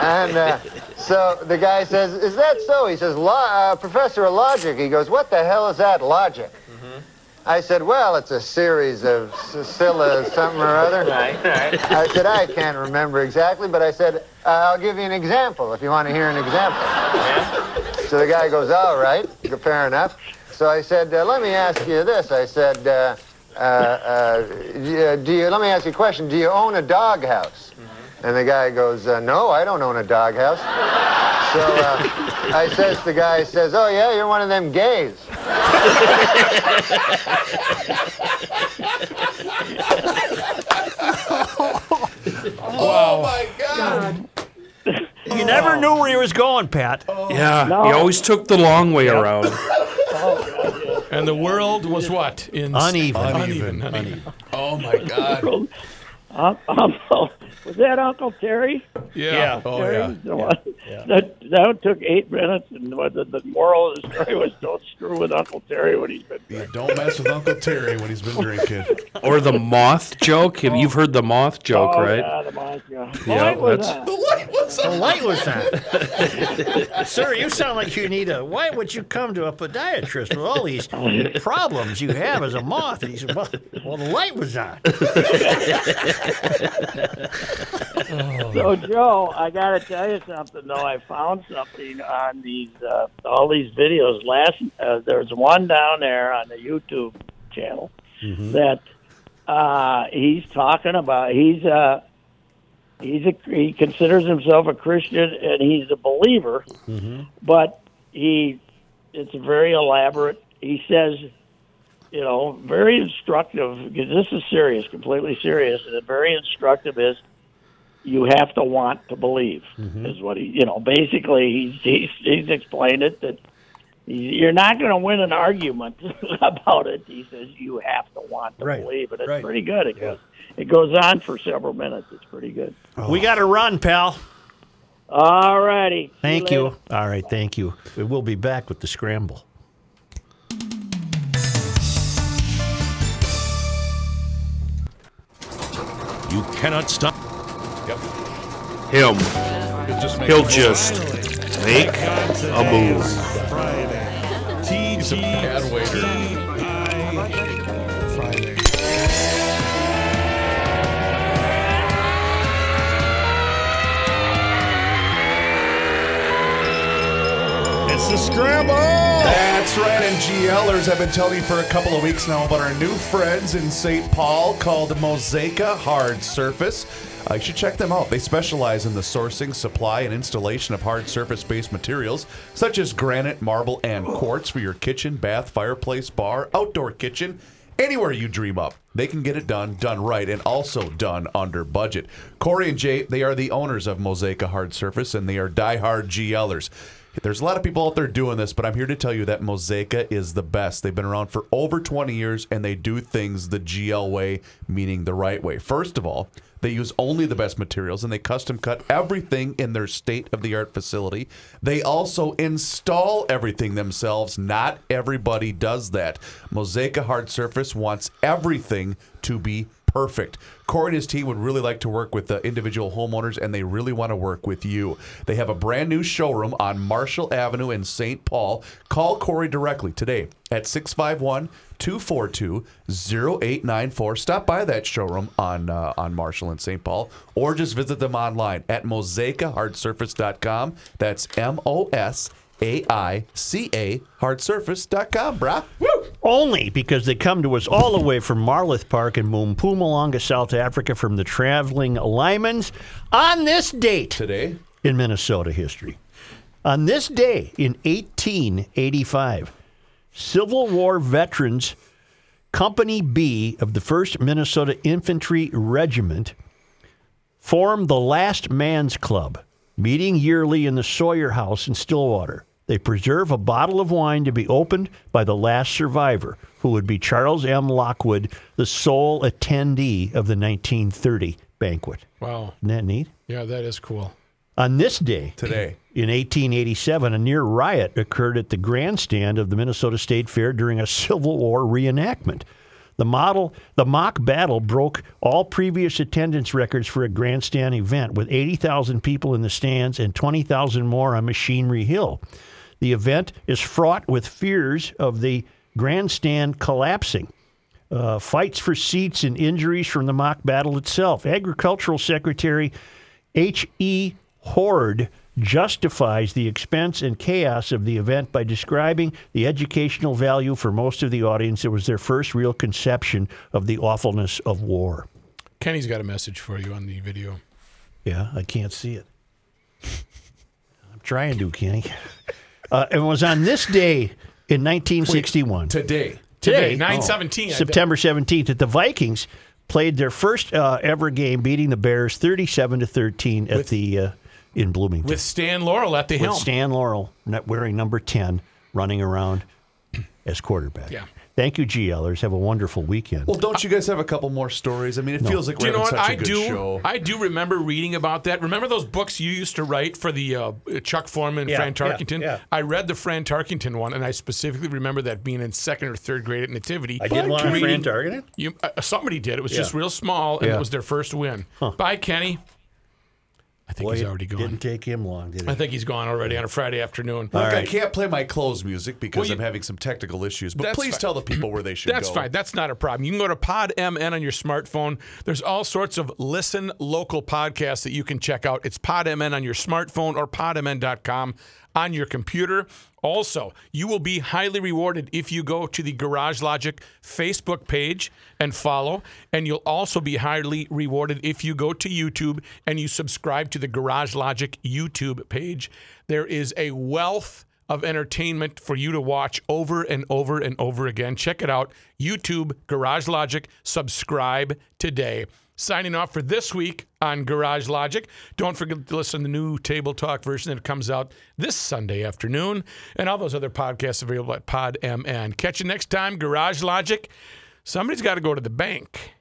and uh, so the guy says, is that so? He says, Lo- uh, professor of logic. He goes, what the hell is that, logic? Mm-hmm. I said, well, it's a series of Scylla something or other. [laughs] Right, right. I said, I can't remember exactly, but I said, uh, I'll give you an example if you want to hear an example. So the guy goes, all right, fair enough. So I said, uh, let me ask you this. I said, uh, uh, uh, y- uh, do you, let me ask you a question. Do you own a doghouse? Mm-hmm. And the guy goes, uh, no, I don't own a doghouse. so uh, I says, to the guy says, oh, yeah, you're one of them gays. Oh my God. You never knew where he was going, Pat. Yeah, he always took the long way around. And the world was what? In Uneven. Uneven. uneven. Oh my [laughs] God. Um, um, was that Uncle Terry? Yeah. Yeah. Oh, yeah. The one- That, that one took eight minutes, and what the, the moral of the story was don't screw with Uncle Terry when he's been drinking. Don't mess with Uncle Terry when he's been drinking. Or the moth joke. Have You've heard the moth joke, oh, right? Yeah, the moth, yeah. Yeah, What was that's- that? The light was on. The light was on. [laughs] Sir, you sound like you need a. Why would you come to a podiatrist with all [laughs] these problems you have as a moth? And he said, well, well, the light was on. So Joe, I gotta tell you something though. I found something on these uh, all these videos. Last uh, there's one down there on the YouTube channel that uh, he's talking about. He's uh, he's a he considers himself a Christian and he's a believer, but he it's very elaborate. He says, you know, very instructive. 'cause This is serious, completely serious, and very instructive is you have to want to believe Mm-hmm. is what he you know basically he's he's, he's explained it that you're not going to win an argument [laughs] about it he says you have to want to Right, believe it it's right. pretty good it goes it goes on for several minutes it's pretty good We got to run, pal. all righty Thank you. All right, thank you. We'll be back with the scramble. You cannot stop Him. He'll just make a move. He's a bad waiter. It's the scramble. That's right, and GLers, I've been telling you for a couple of weeks now about our new friends in St. Paul called Mosaica Hard Surface. Uh, you should check them out. They specialize in the sourcing, supply, and installation of hard surface based materials such as granite, marble, and quartz for your kitchen, bath, fireplace, bar, outdoor kitchen, anywhere you dream up. They can get it done, done right, and also done under budget. Corey and Jay, they are the owners of Mosaica Hard Surface, and they are diehard GLers. There's a lot of people out there doing this, but I'm here to tell you that Mosaica is the best. They've been around for over 20 years and they do things the GL way, meaning the right way. First of all, they use only the best materials and they custom cut everything in their state of the art facility. They also install everything themselves. Not everybody does that. Mosaica Hard Surface wants everything to be perfect. Corey and his team would really like to work with the individual homeowners, and they really want to work with you. They have a brand new showroom on Marshall Avenue in St. Paul. Call Corey directly today at 651 242 0894. Stop by that showroom on uh, on Marshall in St. Paul, or just visit them online at mosaicahardsurface.com. That's M O S A I C A hardsurface.com, brah. Only because they come to us all the way from Marloth Park in Mpumalanga, South Africa, from the traveling Lyman's on this date. Today? In Minnesota history. On this day in 1885, Civil War veterans, Company B of the 1st Minnesota Infantry Regiment, formed the Last Man's Club, meeting yearly in the Sawyer House in Stillwater. They preserve a bottle of wine to be opened by the last survivor, who would be Charles M. Lockwood, the sole attendee of the 1930 banquet. Wow. Isn't that neat? Yeah, that is cool. On this day, today, in 1887, a near riot occurred at the grandstand of the Minnesota State Fair during a [laughs] Civil War reenactment. The model, the mock battle broke all previous attendance records for a grandstand event, with 80,000 people in the stands and 20,000 more on Machinery Hill. The event is fraught with fears of the grandstand collapsing uh, fights for seats and injuries from the mock battle itself. Agricultural Secretary H.E. Horde justifies the expense and chaos of the event by describing the educational value for most of the audience. It was their first real conception of the awfulness of war. Kenny's got a message for you on the video. Yeah, I can't see it. I'm trying to, Kenny. [laughs] Uh, it was on this day in 1961. today. Today, 9/17, I bet. Oh. September 17th, that the Vikings played their first uh, ever game, beating the Bears 37 to 13 at the uh, in Bloomington. With Stan Laurel at the With helm. Stan Laurel not wearing number 10, running around [clears throat] as quarterback. Yeah. Thank you, GLers. Have a wonderful weekend. Well, don't you guys have a couple more stories? I mean, it feels like do we're you know what having such I a good do? show. I do remember reading about that. Remember those books you used to write for the uh, Chuck Foreman, Yeah, Fran yeah, Tarkington? yeah. I read the Fran Tarkington one, and I specifically remember that being in second or third grade at Nativity. I did one on Fran Reading- Tarkenton? You, uh, somebody did. It was Yeah. just real small, and Yeah. it was their first win. Bye, Kenny. I think Boy, he's it already gone. Didn't take him long, did it? I think he's gone already on a Friday afternoon. Look, I can't play my close music because I'm having some technical issues. But That's please fine. tell the people where they should That's go. fine. That's not a problem. You can go to PodMN on your smartphone. There's all sorts of listen local podcasts that you can check out. It's PodMN on your smartphone or podmn.com on your computer. Also, you will be highly rewarded if you go to the Garage Logic Facebook page and follow. And you'll also be highly rewarded if you go to YouTube and you subscribe to the Garage Logic YouTube page. There is a wealth of entertainment for you to watch over and over and over again. Check it out. YouTube, Garage Logic, subscribe today. Signing off for this week on Garage Logic. Don't forget to listen to the new Table Talk version that comes out this Sunday afternoon and all those other podcasts available at PodMN. Catch you next time, Garage Logic. Somebody's got to go to the bank.